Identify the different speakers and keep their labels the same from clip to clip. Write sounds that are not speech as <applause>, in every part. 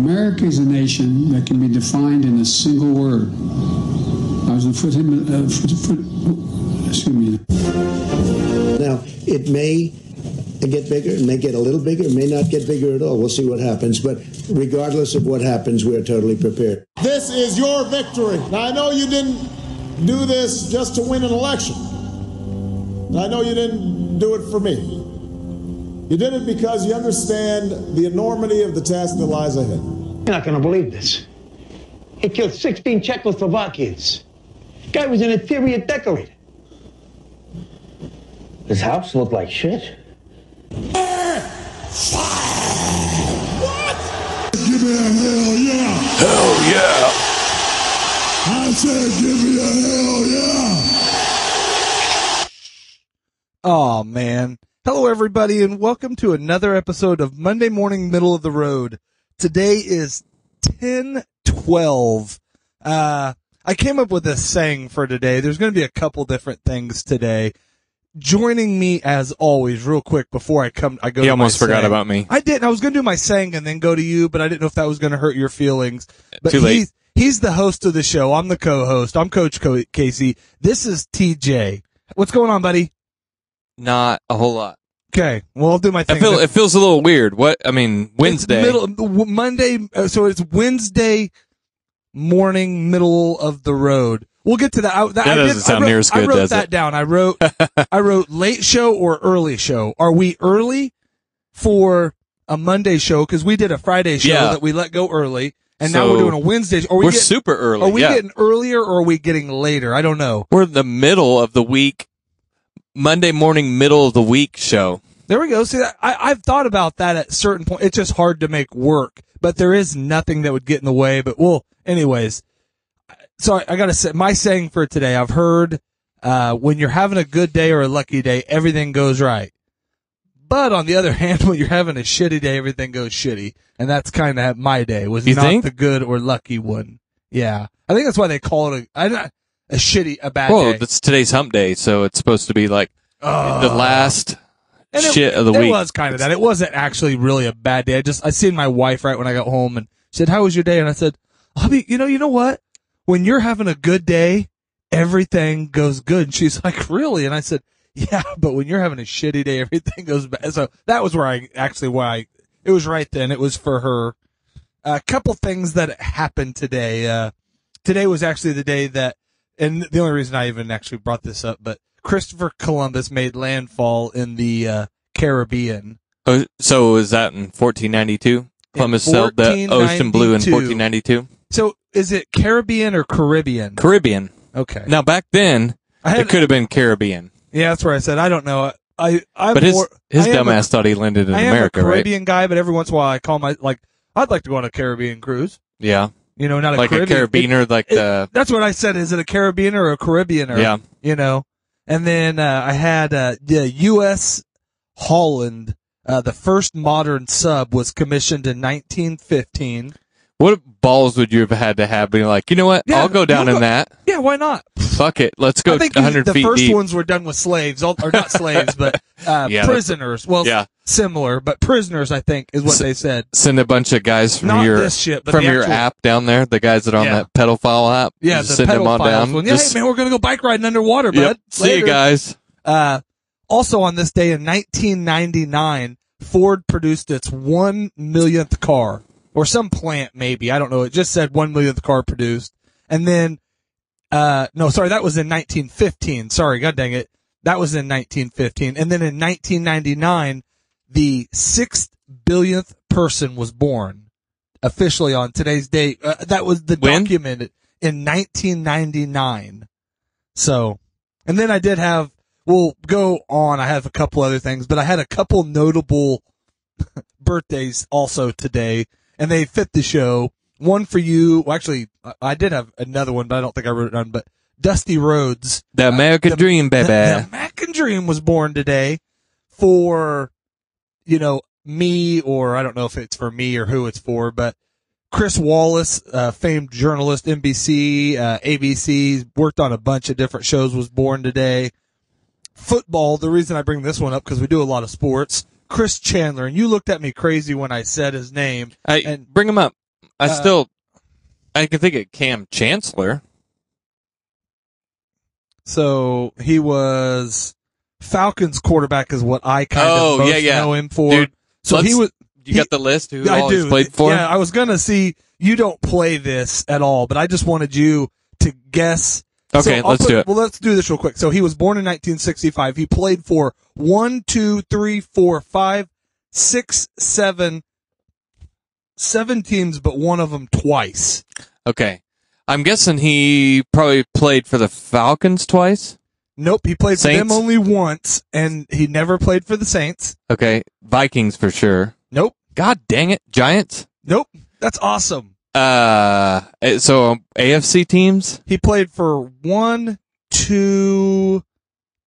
Speaker 1: Berkeley's a nation that can be defined in a single word. I was a foot, uh, foot, foot, excuse me.
Speaker 2: Now, it may get bigger, it may get a little bigger, it may not get bigger at all. We'll see what happens. But regardless of what happens, we're totally prepared.
Speaker 3: This is your victory. Now, I know you didn't do this just to win an election. I know you didn't do it for me. You did it because you understand the enormity of the task that lies ahead.
Speaker 4: You're not going to believe this. He killed 16 Czechoslovakians. Guy was an interior decorator.
Speaker 5: This house looked like shit.
Speaker 6: Give me a hell yeah. Hell yeah. I said, give me a hell yeah.
Speaker 7: Oh man. Hello everybody and welcome to another episode of Monday Morning Middle of the Road. Today is 1012. Uh I came up with a saying for today. There's going to be a couple different things today. Joining me as always real quick before I come I go
Speaker 8: He
Speaker 7: to my
Speaker 8: almost forgot
Speaker 7: saying.
Speaker 8: about me.
Speaker 7: I didn't. I was going to do my saying and then go to you, but I didn't know if that was going to hurt your feelings. But
Speaker 8: Too late.
Speaker 7: He's, he's the host of the show. I'm the co-host. I'm Coach Co- Casey. This is TJ. What's going on, buddy?
Speaker 8: Not a whole lot.
Speaker 7: Okay. Well, I'll do my thing.
Speaker 8: I feel it feels a little weird. What I mean, Wednesday.
Speaker 7: It's middle w- Monday. uh, So it's Wednesday morning, middle of the road. We'll get to that. I, that I
Speaker 8: doesn't
Speaker 7: did- I
Speaker 8: sound
Speaker 7: wrote-
Speaker 8: near as
Speaker 7: I
Speaker 8: good,
Speaker 7: wrote
Speaker 8: does
Speaker 7: that
Speaker 8: it?
Speaker 7: down. I wrote,
Speaker 8: <laughs>
Speaker 7: I wrote late show or early show. Are we early for a Monday show? Cause we did a Friday show
Speaker 8: Yeah.
Speaker 7: that we let go early and now
Speaker 8: So
Speaker 7: we're doing a Wednesday. sh- Are we
Speaker 8: we're
Speaker 7: getting-
Speaker 8: super early.
Speaker 7: Are we
Speaker 8: yeah.
Speaker 7: getting earlier or are we getting later? I don't know.
Speaker 8: we're in the middle of the week, Monday morning, middle of the week show.
Speaker 7: There we go. See, I, I've thought about that at certain point. It's just hard to make work, but there is nothing that would get in the way. But well, anyways, so I, I gotta say my saying for today. I've heard uh, when you're having a good day or a lucky day, everything goes right. But on the other <laughs> hand, when you're having a shitty day, everything goes shitty, and that's kind of my day was
Speaker 8: You
Speaker 7: not
Speaker 8: think?
Speaker 7: the good or lucky one. Yeah, I think that's why they call it a I don't- a shitty a bad
Speaker 8: Whoa,
Speaker 7: day.
Speaker 8: that's today's hump day, so it's supposed to be like
Speaker 7: Ugh.
Speaker 8: the last
Speaker 7: Ah. And it-
Speaker 8: shit of the
Speaker 7: it
Speaker 8: week.
Speaker 7: was kind of that. It wasn't actually really a bad day. I just I seen my wife right when I got home and she said, "How was your day?" And I said, "Hubby, you know, you know what? When you're having a good day, everything goes good." And she's <laughs> like, "Really?" And I said, "Yeah, but when you're having a shitty day, everything goes bad." So that was where I actually why I, it was right then. It was for her. A couple things that happened today. Uh, today was actually the day that, and the only reason I even actually brought this up, but Christopher Columbus made landfall in the uh, Caribbean.
Speaker 8: Oh, so was that in 1492? Columbus
Speaker 7: In
Speaker 8: sailed the ocean blue in 1492.
Speaker 7: 1492. So is it Caribbean or Caribbean?
Speaker 8: Caribbean.
Speaker 7: Okay.
Speaker 8: Now back then,
Speaker 7: I had,
Speaker 8: it could have been Caribbean,
Speaker 7: yeah, that's where I said I don't know. I, I I'm
Speaker 8: but his
Speaker 7: more,
Speaker 8: his
Speaker 7: I am a-
Speaker 8: dumbass thought he landed in
Speaker 7: I am
Speaker 8: America,
Speaker 7: a
Speaker 8: right?
Speaker 7: Caribbean guy, but every once in a while I call my like I'd like to go on a Caribbean cruise.
Speaker 8: Yeah,
Speaker 7: You know, not a
Speaker 8: like
Speaker 7: Caribbean.
Speaker 8: a Caribbeaner, like
Speaker 7: it-
Speaker 8: the
Speaker 7: That's what I said. Is it a Caribbean or a Caribbeaner?
Speaker 8: yeah.
Speaker 7: you know. And then uh, I had uh, the U.S. Holland. Uh, the first modern sub was commissioned in 1915.
Speaker 8: What balls would you have had to have being like, you know what?
Speaker 7: Yeah,
Speaker 8: I'll go down
Speaker 7: you'll
Speaker 8: in
Speaker 7: go-
Speaker 8: that.
Speaker 7: Yeah, why not?
Speaker 8: Fuck it. Let's go
Speaker 7: I think
Speaker 8: 100
Speaker 7: the
Speaker 8: feet
Speaker 7: first
Speaker 8: deep.
Speaker 7: ones were done with slaves, all, or not slaves, but uh,
Speaker 8: <laughs> Yeah,
Speaker 7: prisoners. Well,
Speaker 8: yeah.
Speaker 7: similar, but prisoners, I think, is what
Speaker 8: S-
Speaker 7: they said.
Speaker 8: Send a bunch of guys from
Speaker 7: Not
Speaker 8: your
Speaker 7: this shit, but
Speaker 8: from
Speaker 7: the
Speaker 8: your
Speaker 7: actual-
Speaker 8: app down there. The guys that are on
Speaker 7: Yeah.
Speaker 8: that pedophile app.
Speaker 7: Yeah,
Speaker 8: just
Speaker 7: the
Speaker 8: send them on
Speaker 7: pedophiles
Speaker 8: down.
Speaker 7: one. Yeah,
Speaker 8: Just-
Speaker 7: hey, man, we're gonna go bike riding underwater,
Speaker 8: yep.
Speaker 7: bud.
Speaker 8: See you
Speaker 7: Later.
Speaker 8: guys.
Speaker 7: Uh, also on this day in 1999, Ford produced its one millionth car, or some plant maybe. I don't know. It just said one millionth car produced, and then, uh, no, sorry, that was in 1915. Sorry, god dang it, that was in 1915, and then in 1999, the sixth billionth person was born officially on today's date. Uh, that was the
Speaker 8: When?
Speaker 7: documented in 1999. So, and then I did have, we'll go on. I have a couple other things, but I had a couple notable birthdays also today, and they fit the show. One for you. Well, actually, I- I did have another one, but I don't think I wrote it down. But Dusty Rhodes,
Speaker 8: The American
Speaker 7: Uh, the- <laughs>
Speaker 8: dream,
Speaker 7: the,
Speaker 8: baby.
Speaker 7: the Mackin Dream was born today for, you know, me, or I don't know if it's for me or who it's for, but Chris Wallace, uh, famed journalist, NBC, uh, ABC, worked on a bunch of different shows, was born today. Football, the reason I bring this one up, because we do a lot of sports. Chris Chandler, and you looked at me crazy when I said his name.
Speaker 8: I,
Speaker 7: and- Uh,
Speaker 8: bring him up. I still, I can think of Cam Chancellor.
Speaker 7: So he was Falcons quarterback is what I kind
Speaker 8: Oh,
Speaker 7: of most
Speaker 8: yeah, yeah.
Speaker 7: know him for.
Speaker 8: Dude,
Speaker 7: so he
Speaker 8: let's-
Speaker 7: was.
Speaker 8: You got the list who
Speaker 7: I
Speaker 8: all
Speaker 7: do.
Speaker 8: Oh, he's played for?
Speaker 7: Yeah, I was gonna see you don't play this at all, but I just wanted you to guess.
Speaker 8: Okay,
Speaker 7: I'll
Speaker 8: let's do it.
Speaker 7: Well, let's do this real quick. So he was born in 1965. He played for one, two, three, four, five, six, seven, seven teams, but one of them twice.
Speaker 8: Okay. I'm guessing he probably played for the Falcons twice.
Speaker 7: Nope, he played for them
Speaker 8: Saints?
Speaker 7: only once, and he never played for the Saints.
Speaker 8: Okay. Vikings for sure.
Speaker 7: Nope,
Speaker 8: God dang it. Giants?
Speaker 7: nope. That's awesome.
Speaker 8: Uh, eh, so um, AFC teams?
Speaker 7: He played for one, two,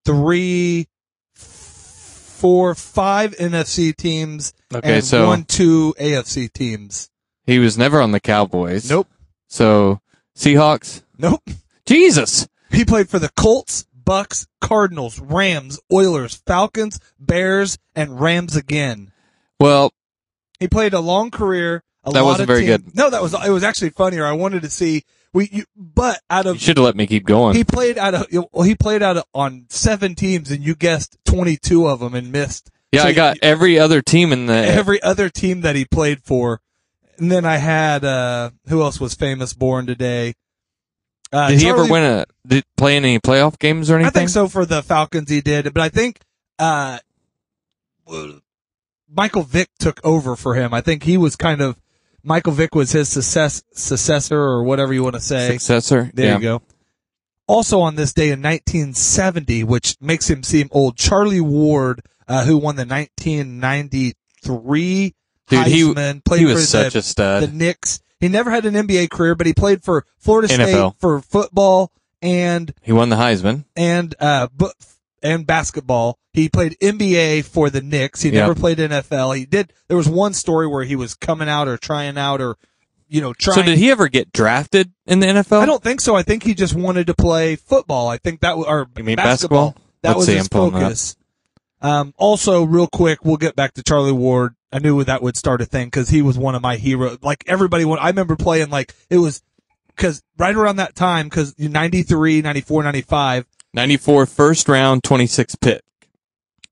Speaker 7: three, four, five NFC teams.
Speaker 8: Okay,
Speaker 7: and
Speaker 8: so-
Speaker 7: one, two AFC teams.
Speaker 8: He was never on the Cowboys.
Speaker 7: Nope,
Speaker 8: So Seahawks?
Speaker 7: nope.
Speaker 8: Jesus.
Speaker 7: He played for the Colts, Bucks, Cardinals, Rams, Oilers, Falcons, Bears, and Rams again.
Speaker 8: Well,
Speaker 7: He played a long career. A
Speaker 8: That
Speaker 7: lot
Speaker 8: wasn't
Speaker 7: of
Speaker 8: very
Speaker 7: team-
Speaker 8: good.
Speaker 7: No, that was it. Was actually funnier. I wanted to see we, you, but out
Speaker 8: you
Speaker 7: of
Speaker 8: should have let me keep going.
Speaker 7: Uh, he played out of well, he played out of, on seven teams, and you guessed twenty two of them and missed.
Speaker 8: yeah,
Speaker 7: So
Speaker 8: I got every other team in the.
Speaker 7: <laughs> every other team that he played for. And then I had uh who else was famous born today? Uh,
Speaker 8: did he
Speaker 7: Charlie-
Speaker 8: ever win a? Did play in any playoff games or
Speaker 7: I
Speaker 8: anything?
Speaker 7: think so for the Falcons he did, but I think uh Michael Vick took over for him. I think he was kind of Michael Vick was his success successor or whatever you want to say.
Speaker 8: Successor.
Speaker 7: There
Speaker 8: yeah.
Speaker 7: you go. Also on this day in 1970, which makes him seem old, Charlie Ward, uh, who won the 1993
Speaker 8: Dude, he-
Speaker 7: Heisman, played
Speaker 8: he was
Speaker 7: for
Speaker 8: such
Speaker 7: the,
Speaker 8: a stud.
Speaker 7: the Knicks. He never had an NBA career, but he played for Florida
Speaker 8: NFL.
Speaker 7: State for football and
Speaker 8: He won the Heisman.
Speaker 7: and uh bu- and basketball. He played NBA for the Knicks. He never
Speaker 8: Yep.
Speaker 7: played NFL. He did. There was one story where he was coming out or trying out or you know trying.
Speaker 8: So did he ever get drafted in the NFL?
Speaker 7: I don't think so. I think he just wanted to play football. I think that was or
Speaker 8: You mean
Speaker 7: basketball.
Speaker 8: basketball?
Speaker 7: That
Speaker 8: Let's
Speaker 7: was
Speaker 8: see,
Speaker 7: his
Speaker 8: I'm pulling it up.
Speaker 7: focus. Um, also, real quick, we'll get back to Charlie Ward. I knew that would start a thing because he was one of my heroes. Like everybody, when I remember playing, like it was because right around that time, because 93, 94, 95,
Speaker 8: 94 first round, 26 pick.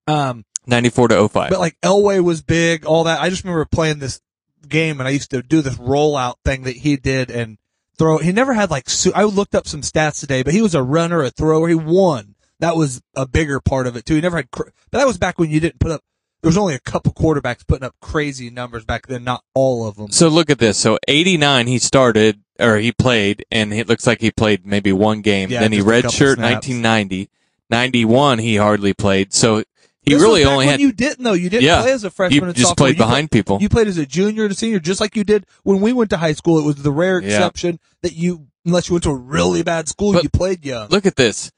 Speaker 7: um,
Speaker 8: 94 to 05.
Speaker 7: But like Elway was big, all that. I just remember playing this game and I used to do this rollout thing that he did and throw. He never had like, su- I looked up some stats today, but he was a runner, a thrower. He won. That was a bigger part of it too. He never had, cr- but that was back when you didn't put up, there was only a couple quarterbacks putting up crazy numbers back then, not all of them.
Speaker 8: so look at this. So 89 he started or he played and it looks like he played maybe one game.
Speaker 7: Yeah,
Speaker 8: then he
Speaker 7: just a couple
Speaker 8: redshirt
Speaker 7: snaps.
Speaker 8: 1990. 91 he hardly played. So he
Speaker 7: This was
Speaker 8: really
Speaker 7: back
Speaker 8: only
Speaker 7: when
Speaker 8: had
Speaker 7: you didn't though. You didn't
Speaker 8: Yeah.
Speaker 7: play as a freshman.
Speaker 8: You
Speaker 7: and
Speaker 8: just
Speaker 7: sophomore.
Speaker 8: played
Speaker 7: You
Speaker 8: behind people.
Speaker 7: You played as a junior and a senior, just like you did when we went to high school. It was the rare
Speaker 8: Yeah.
Speaker 7: exception that you, unless you went to a really bad school,
Speaker 8: But
Speaker 7: you played young.
Speaker 8: Look at this.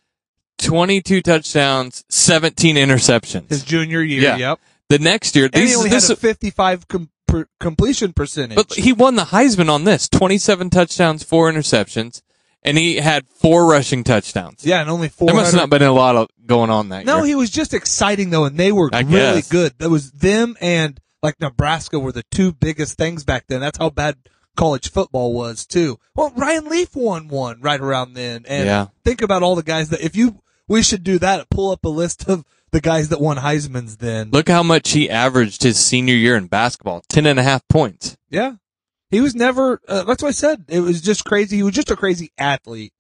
Speaker 8: 22 touchdowns, 17 interceptions.
Speaker 7: his junior year.
Speaker 8: Yeah.
Speaker 7: Yep.
Speaker 8: the next year,
Speaker 7: And he
Speaker 8: these-
Speaker 7: only
Speaker 8: this
Speaker 7: had a 55 com- per- completion percentage.
Speaker 8: But he won the Heisman on this 27 touchdowns, four interceptions, and he had four rushing touchdowns.
Speaker 7: yeah, and only four.
Speaker 8: There must have not been a lot of going on that
Speaker 7: No,
Speaker 8: year.
Speaker 7: he was just exciting though, and they were
Speaker 8: I
Speaker 7: really
Speaker 8: guess.
Speaker 7: good. That was them and like Nebraska were the two biggest things back then. That's how bad college football was too. Well, Ryan Leaf won one right around then, and
Speaker 8: Yeah.
Speaker 7: think about all the guys that if you we should do that. Pull up a list of the guys that won Heisman's then.
Speaker 8: Look how much he averaged his senior year in basketball 10 and a half points.
Speaker 7: Yeah. He was never, uh, that's what I said. It was just crazy. He was just a crazy athlete.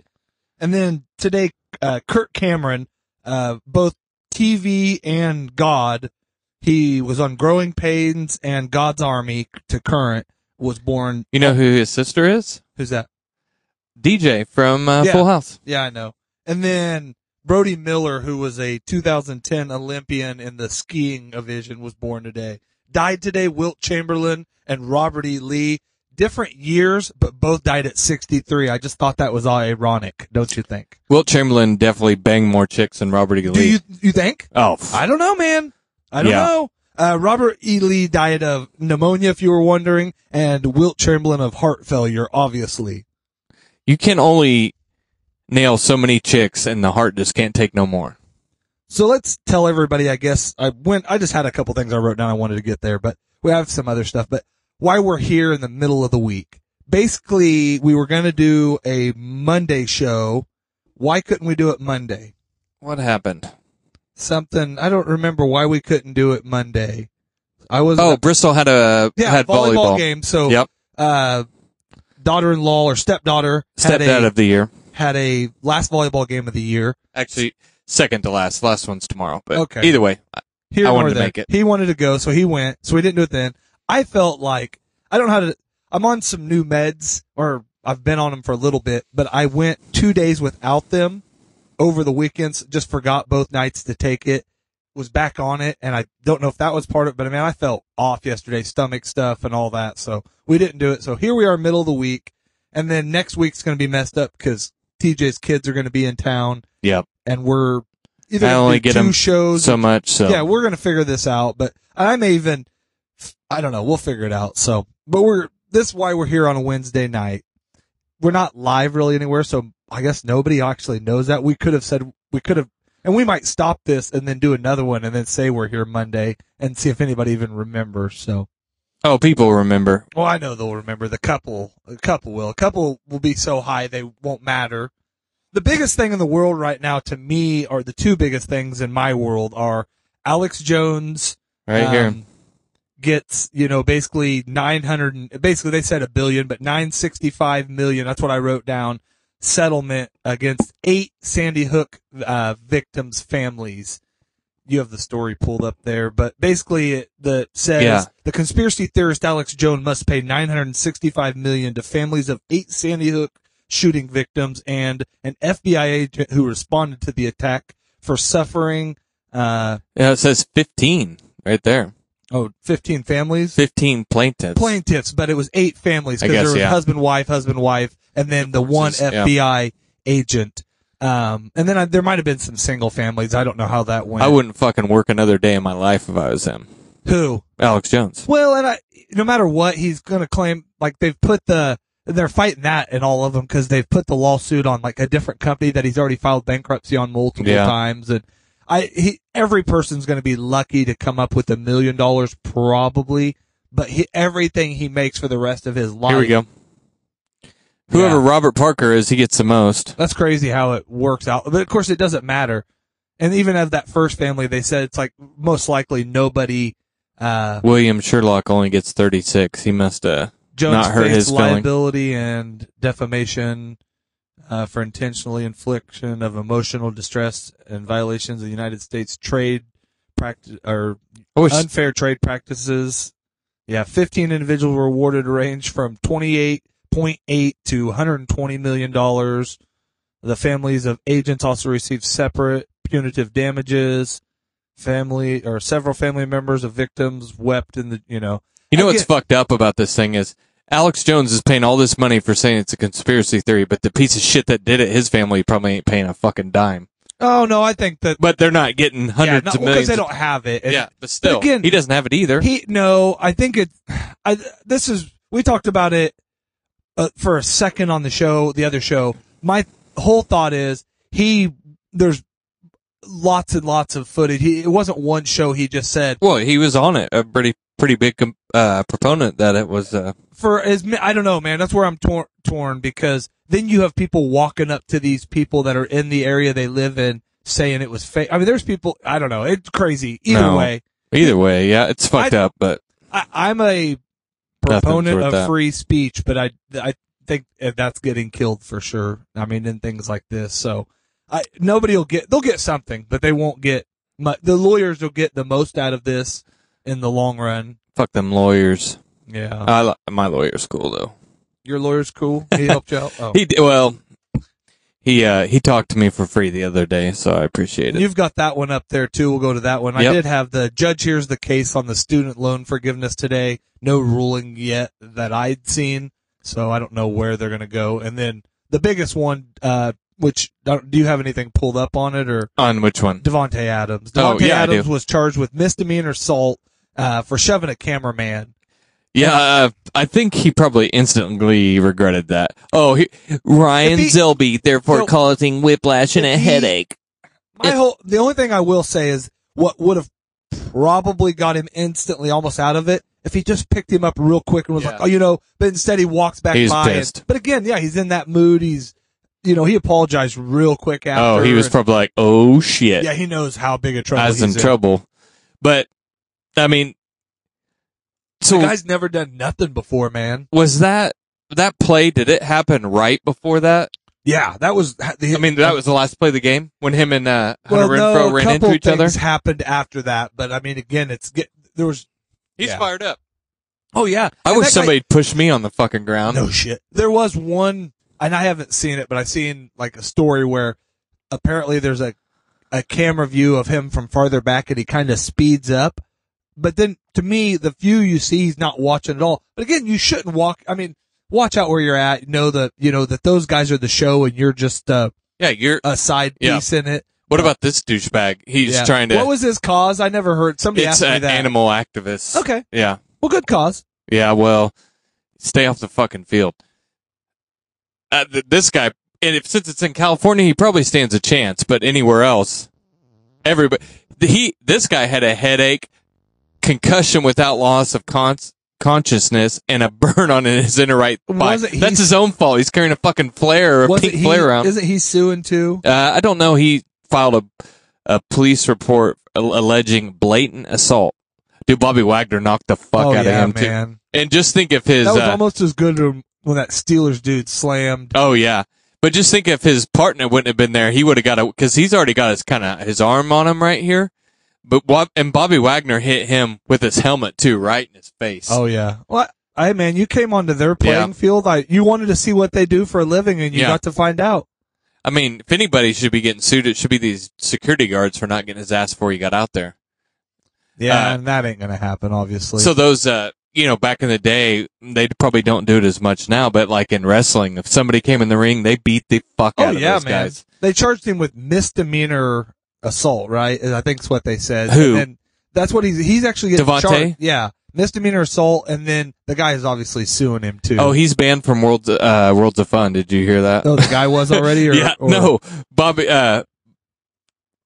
Speaker 7: And then today, uh, Kurt Cameron, uh, both TV and God, he was on Growing Pains and God's Army to current, was born.
Speaker 8: You know who his sister is?
Speaker 7: Who's that?
Speaker 8: DJ from uh,
Speaker 7: Yeah.
Speaker 8: Full House.
Speaker 7: Yeah, I know. And then Brody Miller, who was a 2010 Olympian in the skiing division, was born today. Died today, Wilt Chamberlain and Robert E. Lee. Different years, but both died at 63. I just thought that was all ironic, don't you think?
Speaker 8: Wilt Chamberlain definitely banged more chicks than Robert E. Lee.
Speaker 7: Do you you think?
Speaker 8: oh, f-
Speaker 7: I don't know, man. I don't
Speaker 8: Yeah.
Speaker 7: know. Uh, Robert E. Lee died of pneumonia, if you were wondering, and Wilt Chamberlain of heart failure, obviously.
Speaker 8: you can only nail so many chicks, and the heart just can't take no more.
Speaker 7: So let's tell everybody, I guess I went, I just had a couple things I wrote down I wanted to get there, but we have some other stuff, but why we're here in the middle of the week. basically we were going to do a Monday show. Why couldn't we do it Monday?
Speaker 8: What happened?
Speaker 7: Something I don't remember why we couldn't do it Monday. I was
Speaker 8: Oh, Bristol had a
Speaker 7: yeah
Speaker 8: had volleyball,
Speaker 7: game. So
Speaker 8: Yep,
Speaker 7: uh, daughter-in-law or stepdaughter had
Speaker 8: stepdad
Speaker 7: a,
Speaker 8: of the year.
Speaker 7: had a last volleyball game of the year.
Speaker 8: Actually, second to last. Last one's tomorrow. But
Speaker 7: Okay.
Speaker 8: either way,
Speaker 7: Here
Speaker 8: I
Speaker 7: nor
Speaker 8: wanted to
Speaker 7: there.
Speaker 8: make it.
Speaker 7: He wanted to go, so he went. So we didn't do it then. I felt like I don't know how to. I'm on some new meds, or I've been on them for a little bit, but I went two days without them over the weekends. Just forgot both nights to take it. Was back on it, and I don't know if that was part of it, but I mean, I felt off yesterday, stomach stuff and all that. So we didn't do it. So here we are, middle of the week, and then next week's going to be messed up because TJ's kids are going to be in town,
Speaker 8: yep.
Speaker 7: and we're either
Speaker 8: I
Speaker 7: gonna
Speaker 8: only
Speaker 7: do
Speaker 8: get
Speaker 7: two
Speaker 8: 'em
Speaker 7: shows
Speaker 8: So much. So
Speaker 7: yeah, we're gonna figure this out, but and I may even, I don't know, we'll figure it out. So, but we're this is why we're here on a Wednesday night. We're not live really anywhere, so I guess nobody actually knows that. We could have said we could have, and we might stop this and then do another one and then say we're here Monday and see if anybody even remembers. So,
Speaker 8: Oh, people remember.
Speaker 7: well, I know they'll remember. The couple, a couple will, a couple will be so high they won't matter. The biggest thing in the world right now, to me, are the two biggest things in my world are Alex Jones
Speaker 8: Right here.
Speaker 7: um, gets you know basically 900 and- basically they said a billion but 965 million that's what i wrote down settlement against eight sandy hook uh, victims families you have the story pulled up there but basically it the says
Speaker 8: Yeah.
Speaker 7: the conspiracy theorist alex jones must pay 965 million to families of eight sandy hook shooting victims and an fbi agent who responded to the attack for suffering uh,
Speaker 8: Yeah, it says 15 right there.
Speaker 7: oh 15 families
Speaker 8: 15 plaintiffs.
Speaker 7: plaintiffs, but it was eight families
Speaker 8: I
Speaker 7: because there
Speaker 8: guess,
Speaker 7: was
Speaker 8: yeah.
Speaker 7: husband, wife, husband, wife, and then the one
Speaker 8: Divorces, yeah.
Speaker 7: FBI agent. Um, and then I, there might have been some single families. I don't know how that went.
Speaker 8: I wouldn't fucking work another day in my life if I was him.
Speaker 7: Who?
Speaker 8: Alex Jones.
Speaker 7: Well, and I, no matter what, he's going to claim like they've put the they're fighting that in all of them because they've put the lawsuit on like a different company that he's already filed bankruptcy on multiple
Speaker 8: Yeah.
Speaker 7: times and. I he, every person's going to be lucky to come up with a million dollars probably, but he, everything he makes for the rest of his life
Speaker 8: Here we go. Whoever Robert Parker is, he gets the most.
Speaker 7: That's crazy how it works out. But of course, it doesn't matter. And even of that first family, they said it's like most likely nobody. Uh,
Speaker 8: William Sherlock only gets 36. He must, uh,
Speaker 7: Jones
Speaker 8: Not hurt
Speaker 7: faced
Speaker 8: his feeling.
Speaker 7: liability and defamation uh, for intentionally infliction of emotional distress and violations of the United States trade practice or
Speaker 8: I wish,
Speaker 7: unfair trade practices. Yeah, 15 individuals were awarded a range from 28.8 to 120 million dollars. The families of agents also received separate punitive damages. Family or several family members of victims wept in the you know
Speaker 8: you know
Speaker 7: I
Speaker 8: what's
Speaker 7: get-
Speaker 8: fucked up about this thing is Alex Jones is paying all this money for saying it's a conspiracy theory, but the piece of shit that did it, his family probably ain't paying a fucking dime.
Speaker 7: oh no I think that
Speaker 8: But they're not getting
Speaker 7: yeah,
Speaker 8: hundreds
Speaker 7: not,
Speaker 8: of
Speaker 7: because
Speaker 8: millions.
Speaker 7: they don't have it And
Speaker 8: yeah, but still,
Speaker 7: again-
Speaker 8: he doesn't have it either.
Speaker 7: He no, I think it. I this is we talked about it uh, for a second on the show, the other show. My whole thought is he there's lots and lots of footage. He, it wasn't one show. He just said
Speaker 8: Well, he was on it. A pretty pretty big com- uh, proponent that it was. Uh,
Speaker 7: for as mi- I don't know, man. That's where I'm torn torn because then you have people walking up to these people that are in the area they live in saying it was fake. I mean, there's people. I don't know. It's crazy. Either
Speaker 8: No.
Speaker 7: way,
Speaker 8: either way, yeah, it's fucked up. But
Speaker 7: I, I'm a
Speaker 8: Nothing's
Speaker 7: proponent
Speaker 8: worth
Speaker 7: of
Speaker 8: that.
Speaker 7: free speech, but I I think that's getting killed for sure. I mean, in things like this, so I nobody will get they'll get something, but they won't get mu the lawyers will get the most out of this in the long run.
Speaker 8: fuck them lawyers.
Speaker 7: Yeah,
Speaker 8: I li- my lawyer's cool though.
Speaker 7: your lawyer's cool. He helped you out. Oh.
Speaker 8: He d- well, he uh, he talked to me for free the other day, so I appreciate it.
Speaker 7: You've got that one up there too. We'll go to that one. I
Speaker 8: Yep.
Speaker 7: did have the judge hears the case on the student loan forgiveness today. No ruling yet that I'd seen, so I don't know where they're going to go. And then the biggest one, uh, which don't- do you have anything pulled up on it or
Speaker 8: on which one?
Speaker 7: Devonte Adams?
Speaker 8: Oh,
Speaker 7: Devonte
Speaker 8: yeah, I do.
Speaker 7: Adams was charged with misdemeanor assault uh, for shoving a cameraman.
Speaker 8: Yeah, uh, I think he probably instantly regretted that. Oh, he, Ryan
Speaker 7: If he-
Speaker 8: Zilby, therefore
Speaker 7: No.
Speaker 8: causing whiplash and a
Speaker 7: If he-
Speaker 8: headache.
Speaker 7: My whole the only thing I will say is what would have probably got him instantly almost out of it if he just picked him up real quick and was like, oh, you know, but instead he walks back
Speaker 8: He's
Speaker 7: by. and-
Speaker 8: pissed.
Speaker 7: but again, yeah, he's in that mood. He's, you know, he apologized real quick
Speaker 8: Oh,
Speaker 7: after.
Speaker 8: he was
Speaker 7: and-
Speaker 8: probably like, oh shit.
Speaker 7: yeah, he knows how big a trouble
Speaker 8: I was in
Speaker 7: he's
Speaker 8: trouble. But I mean,
Speaker 7: The
Speaker 8: so
Speaker 7: guy's never done nothing before, man.
Speaker 8: was that that play? Did it happen right before that?
Speaker 7: Yeah, that was.
Speaker 8: I mean, that was the last play of the game when him and uh, Hunter
Speaker 7: well,
Speaker 8: Renfro
Speaker 7: no, a
Speaker 8: ran
Speaker 7: couple
Speaker 8: into each other.
Speaker 7: things happened after that, but I mean, again, it's get, there was.
Speaker 8: He's
Speaker 7: Yeah.
Speaker 8: fired up.
Speaker 7: Oh yeah,
Speaker 8: I
Speaker 7: And
Speaker 8: wish
Speaker 7: that guy-
Speaker 8: somebody'd push me on the fucking ground.
Speaker 7: No shit. There was one, and I haven't seen it, but I've seen like a story where apparently there's a a camera view of him from farther back, and he kind of speeds up. But then, to me, the view you see, he's not watching at all. But again, you shouldn't walk. I mean, watch out where you're at. Know that you know that those guys are the show, and you're just uh,
Speaker 8: Yeah, you're.
Speaker 7: a side
Speaker 8: Yeah.
Speaker 7: piece in it.
Speaker 8: What about this douchebag? He's
Speaker 7: Yeah.
Speaker 8: trying to.
Speaker 7: What was his cause? I never heard. Somebody
Speaker 8: it's
Speaker 7: asked me
Speaker 8: an
Speaker 7: that.
Speaker 8: animal activist.
Speaker 7: Okay.
Speaker 8: Yeah.
Speaker 7: Well, good cause.
Speaker 8: Yeah. Well, stay off the fucking field. Uh, th- this guy, and if since it's in California, he probably stands a chance. But anywhere else, everybody, he, this guy had a headache, concussion without loss of cons consciousness, and a <laughs> burn on his inner right thigh.
Speaker 7: Wasn't he-
Speaker 8: That's his own fault. He's carrying a fucking flare or a
Speaker 7: Wasn't
Speaker 8: pink
Speaker 7: he-
Speaker 8: flare around.
Speaker 7: Isn't he suing too?
Speaker 8: Uh, I don't know. He filed a a police report al- alleging blatant assault. Dude, Bobby Wagner knocked the fuck
Speaker 7: oh
Speaker 8: out of
Speaker 7: yeah,
Speaker 8: him
Speaker 7: man.
Speaker 8: too. And just think if his
Speaker 7: That was
Speaker 8: uh,
Speaker 7: almost as good as when that Steelers dude slammed.
Speaker 8: oh yeah, but just think if his partner wouldn't have been there, he would have got a because he's already got his kind of his arm on him right here. But Bob, and Bobby Wagner hit him with his helmet too, right in his face.
Speaker 7: Oh yeah. What? Hey man, you came onto their playing
Speaker 8: Yeah.
Speaker 7: field. I you wanted to see what they do for a living, and you
Speaker 8: Yeah.
Speaker 7: got to find out.
Speaker 8: I mean, if anybody should be getting sued, it should be these security guards for not getting his ass before he got out there.
Speaker 7: Yeah,
Speaker 8: Uh,
Speaker 7: and that ain't gonna happen, obviously.
Speaker 8: So those, uh, you know, back in the day, they probably don't do it as much now. But like in wrestling, if somebody came in the ring, they beat the fuck
Speaker 7: oh
Speaker 8: out of
Speaker 7: yeah,
Speaker 8: those
Speaker 7: man.
Speaker 8: guys.
Speaker 7: They charged him with misdemeanor assault, right? And I think's what they said.
Speaker 8: Who?
Speaker 7: And then- that's what he's he's actually getting
Speaker 8: Devontae?
Speaker 7: charged. Yeah, misdemeanor assault, and then the guy is obviously suing him too.
Speaker 8: Oh, he's banned from Worlds uh, Worlds of Fun. Did you hear that?
Speaker 7: oh the guy was already.
Speaker 8: <laughs>
Speaker 7: Or,
Speaker 8: yeah,
Speaker 7: or
Speaker 8: no, Bobby. Uh,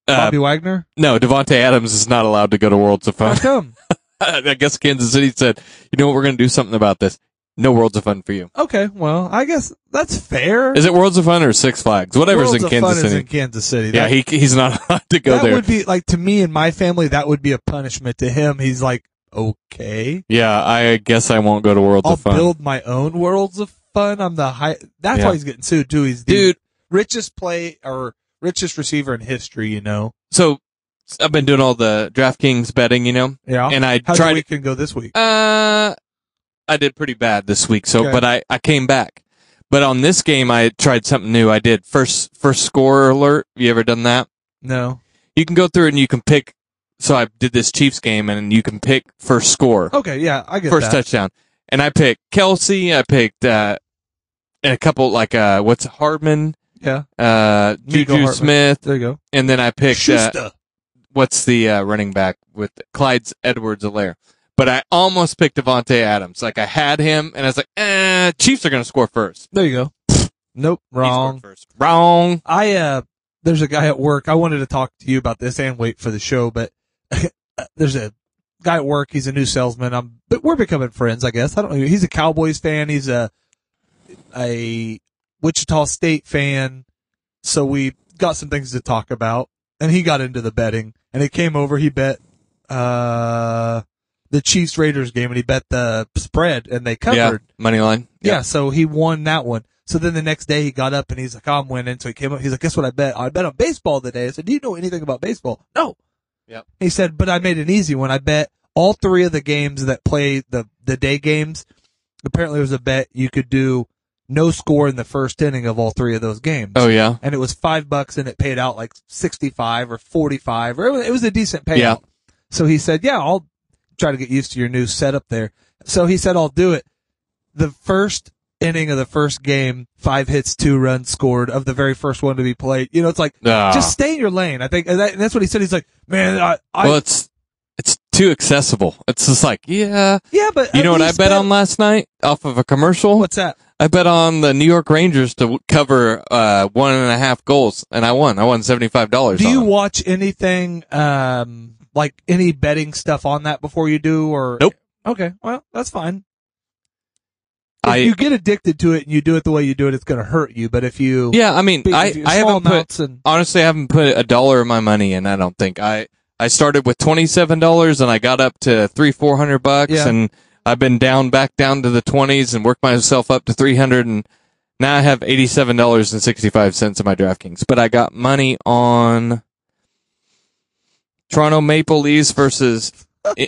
Speaker 8: uh,
Speaker 7: Bobby Wagner.
Speaker 8: no, Devonte Adams is not allowed to go to Worlds of
Speaker 7: How <laughs>
Speaker 8: Fun. <laughs>
Speaker 7: come?
Speaker 8: I guess Kansas City said, "You know what? We're going to do something about this. No Worlds of Fun for you."
Speaker 7: Okay, well, I guess that's fair.
Speaker 8: Is it Worlds of Fun or Six Flags? Whatever's
Speaker 7: Worlds
Speaker 8: in
Speaker 7: of
Speaker 8: Kansas
Speaker 7: Fun is
Speaker 8: City.
Speaker 7: in Kansas City.
Speaker 8: yeah,
Speaker 7: That-
Speaker 8: he he's not <laughs> allowed to go
Speaker 7: that
Speaker 8: there.
Speaker 7: would be like to me and my family. That would be a punishment to him. He's like, okay,
Speaker 8: yeah, I guess I won't go to Worlds
Speaker 7: I'll
Speaker 8: of Fun.
Speaker 7: build my own worlds of fun. I'm the high. That's
Speaker 8: Yeah.
Speaker 7: why he's getting sued too. He's the
Speaker 8: Dude.
Speaker 7: richest play or richest receiver in history. You know.
Speaker 8: so I've been doing all the DraftKings betting, you know,
Speaker 7: Yeah.
Speaker 8: and I
Speaker 7: How
Speaker 8: tried.
Speaker 7: we can go this week?
Speaker 8: uh, I did pretty bad this week, so
Speaker 7: Okay.
Speaker 8: but I I came back. But on this game, I tried something new. I did first first score alert. You ever done that?
Speaker 7: No.
Speaker 8: You can go through and you can pick. So I did this Chiefs game, and you can pick first score,
Speaker 7: Okay. Yeah, I get
Speaker 8: first
Speaker 7: Oh, that.
Speaker 8: touchdown, and I picked Kelsey. I picked uh, and a couple like uh, what's it, Hardman,
Speaker 7: Yeah.
Speaker 8: uh,
Speaker 7: Miko
Speaker 8: Juju
Speaker 7: Hartman.
Speaker 8: Smith,
Speaker 7: There you go.
Speaker 8: and then I picked uh,
Speaker 7: Schuster.
Speaker 8: what's the uh, running back with Clyde's Edwards Alaire. But I almost picked Devontae Adams. Like I had him and I was like, eh, Chiefs are gonna score first.
Speaker 7: There you go. Nope.
Speaker 8: He scored
Speaker 7: Wrong.
Speaker 8: First. Wrong.
Speaker 7: I uh there's a guy at work. I wanted to talk to you about this and wait for the show, but <laughs> there's a guy at work. He's a new salesman. I'm but we're becoming friends, I guess. I don't know. He's a Cowboys fan. He's a a Wichita State fan. So we got some things to talk about, and he got into the betting. And he came over. He bet uh the Chiefs Raiders game, and he bet the spread, and they covered.
Speaker 8: Yeah. Money line.
Speaker 7: Yeah. so he won that one. So then the next day he got up and he's like, "Oh, I'm winning. So he came up. He's like, guess what I bet? I bet on baseball today. I said, do you know anything about baseball? No.
Speaker 8: Yep.
Speaker 7: He said, but I made an easy one. I bet all three of the games that play the, the day games. Apparently there was a bet you could do no score in the first inning of all three of those games.
Speaker 8: Oh yeah.
Speaker 7: And it was five bucks and it paid out like 65 or 45 or it was- it was a decent payout.
Speaker 8: Yeah.
Speaker 7: So he said, yeah, I'll try to get used to your new setup there. So he said, I'll do it the first inning of the first game, five hits, two runs scored of the very first one to be played. You know, it's like
Speaker 8: Ah.
Speaker 7: just stay in your lane. I think and that, and that's what he said. He's like, man, I, I
Speaker 8: well it's it's too accessible. It's just like, yeah.
Speaker 7: yeah, but
Speaker 8: You
Speaker 7: at
Speaker 8: know what I
Speaker 7: least
Speaker 8: bet on last night off of a commercial?
Speaker 7: What's that?
Speaker 8: I bet on the New York Rangers to w- cover uh, one and a half goals, and I won. I won seventy five dollars.
Speaker 7: Do you watch anything, um, like any betting stuff on that before you do or
Speaker 8: Nope.
Speaker 7: Okay. Well, that's fine. If
Speaker 8: I
Speaker 7: you get addicted to it and you do it the way you do it, it's going to hurt you. But if you
Speaker 8: yeah, I mean,
Speaker 7: Big-
Speaker 8: I I
Speaker 7: small
Speaker 8: haven't put
Speaker 7: amounts and-
Speaker 8: honestly I haven't put a dollar of my money in. I don't think I I started with twenty seven dollars and I got up to three four hundred bucks
Speaker 7: Yeah.
Speaker 8: and I've been down back down to the twenties and worked myself up to three hundred and now I have eighty seven dollars and sixty five cents in my DraftKings. But I got money on Toronto Maple Leafs versus
Speaker 7: <laughs>
Speaker 8: I-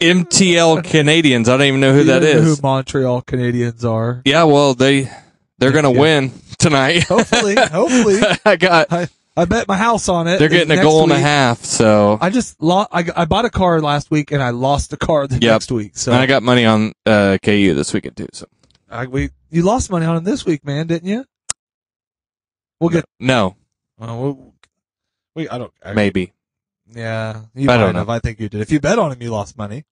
Speaker 8: MTL Canadians. I don't even know who
Speaker 7: you
Speaker 8: that
Speaker 7: don't know
Speaker 8: is.
Speaker 7: who Montreal Canadians are.
Speaker 8: Yeah, well they they're gonna win tonight.
Speaker 7: Hopefully, hopefully,
Speaker 8: <laughs> I got
Speaker 7: I, I bet my house on it.
Speaker 8: They're getting a
Speaker 7: Next
Speaker 8: goal and
Speaker 7: week-
Speaker 8: a half, so
Speaker 7: I just lost. I, I bought a car last week and I lost a car the
Speaker 8: Yep.
Speaker 7: next week. So
Speaker 8: and I got money on uh, KU this weekend too. So
Speaker 7: I, we you lost money on it this week, man, didn't you? We'll get.
Speaker 8: no,
Speaker 7: Well, we'll, we I don't. I,
Speaker 8: maybe.
Speaker 7: Yeah, you
Speaker 8: I
Speaker 7: might
Speaker 8: don't know.
Speaker 7: have. I think you did. If you bet on him, you lost money.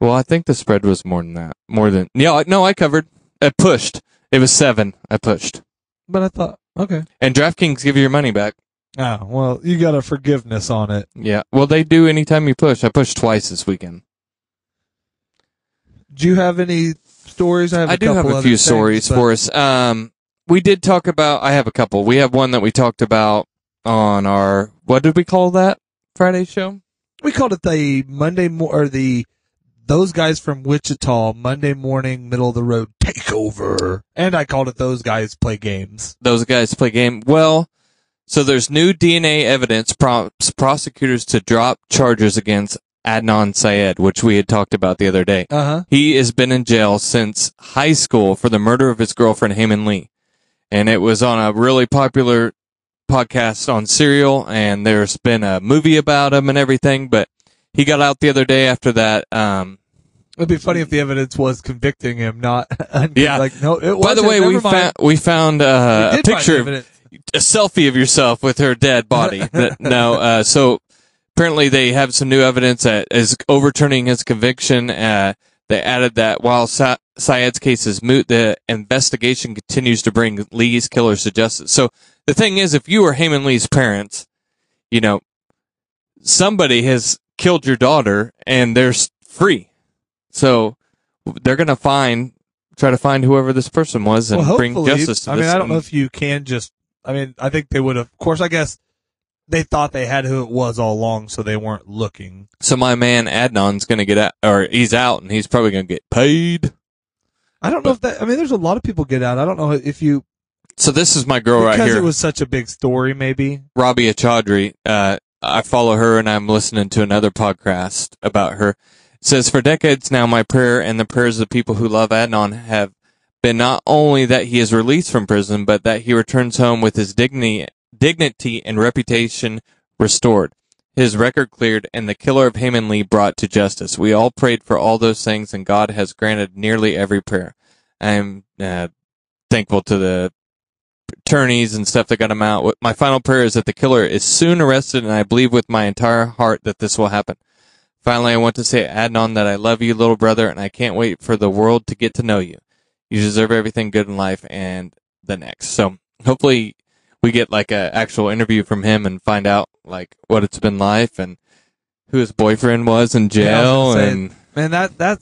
Speaker 8: Well, I think the spread was more than that. More than yeah, I- no, I covered. I pushed. It was seven. I pushed.
Speaker 7: But I thought, okay.
Speaker 8: And DraftKings give you your money back.
Speaker 7: Oh well, you got a forgiveness on it.
Speaker 8: Yeah. Well, they do anytime you push. I pushed twice this weekend.
Speaker 7: Do you have any stories? I have.
Speaker 8: I
Speaker 7: a
Speaker 8: do
Speaker 7: couple
Speaker 8: have a
Speaker 7: other
Speaker 8: few
Speaker 7: things,
Speaker 8: stories
Speaker 7: but-
Speaker 8: for us. Um, we did talk about. I have a couple. We have one that we talked about on our what did we call that Friday show?
Speaker 7: we called it the Monday mo- or the those guys from Wichita Monday morning middle of the road takeover, and I called it those guys play games.
Speaker 8: those guys play game. Well, so there's new DNA evidence prompts prosecutors to drop charges against Adnan Syed, which we had talked about the other day.
Speaker 7: Uh huh.
Speaker 8: He has been in jail since high school for the murder of his girlfriend Haman Lee, and it was on a really popular podcast on Serial, and there's been a movie about him and everything. But he got out the other day after that. Um,
Speaker 7: It'd be funny if the evidence was convicting him, not <laughs>
Speaker 8: Yeah.
Speaker 7: Like no, it
Speaker 8: by the
Speaker 7: wasn't,
Speaker 8: way,
Speaker 7: never
Speaker 8: we
Speaker 7: mind.
Speaker 8: found we found
Speaker 7: We
Speaker 8: uh, a
Speaker 7: did find
Speaker 8: picture of
Speaker 7: evidence.
Speaker 8: a selfie of yourself with her dead
Speaker 7: <laughs>
Speaker 8: body. But no, uh, so apparently they have some new evidence that is overturning his conviction. Uh, they added that while Sa- Syed's case is moot, the investigation continues to bring Lee's killers to justice. So the thing is, if you were Heyman Lee's parents, you know, somebody has killed your daughter and they're s- free. So they're going to find, try to find whoever this person was and
Speaker 7: Well,
Speaker 8: bring
Speaker 7: hopefully-
Speaker 8: justice to
Speaker 7: I
Speaker 8: this.
Speaker 7: mean, I don't
Speaker 8: and-
Speaker 7: know if you can just. I mean, I think they would have. Of course, I guess they thought they had who it was all along, so they weren't looking.
Speaker 8: So my man Adnan's gonna get out, or he's out, and he's probably gonna get paid.
Speaker 7: I don't know if that. I mean, there's a lot of people get out. I don't know if you
Speaker 8: So this is my girl
Speaker 7: because
Speaker 8: right here,
Speaker 7: it was such a big story. Maybe
Speaker 8: Robbie Achadri. Uh, I follow her, and I'm listening to another podcast about her. It says for decades now, my prayer and the prayers of the people who love Adnan have been not only that he is released from prison, but that he returns home with his dignity, dignity and reputation restored, his record cleared, and the killer of Haman Lee brought to justice. We all prayed for all those things, and God has granted nearly every prayer. I'm uh, thankful to the attorneys and stuff that got him out. What- My final prayer is that the killer is soon arrested, and I believe with my entire heart that this will happen. Finally, I want to say, Adnan, that I love you, little brother, and I can't wait for the world to get to know you. You deserve everything good in life and the next. So hopefully we get like a actual interview from him and find out like what it's been like and who his boyfriend was in
Speaker 7: Yeah, I
Speaker 8: jail
Speaker 7: was gonna say,
Speaker 8: and
Speaker 7: man, that that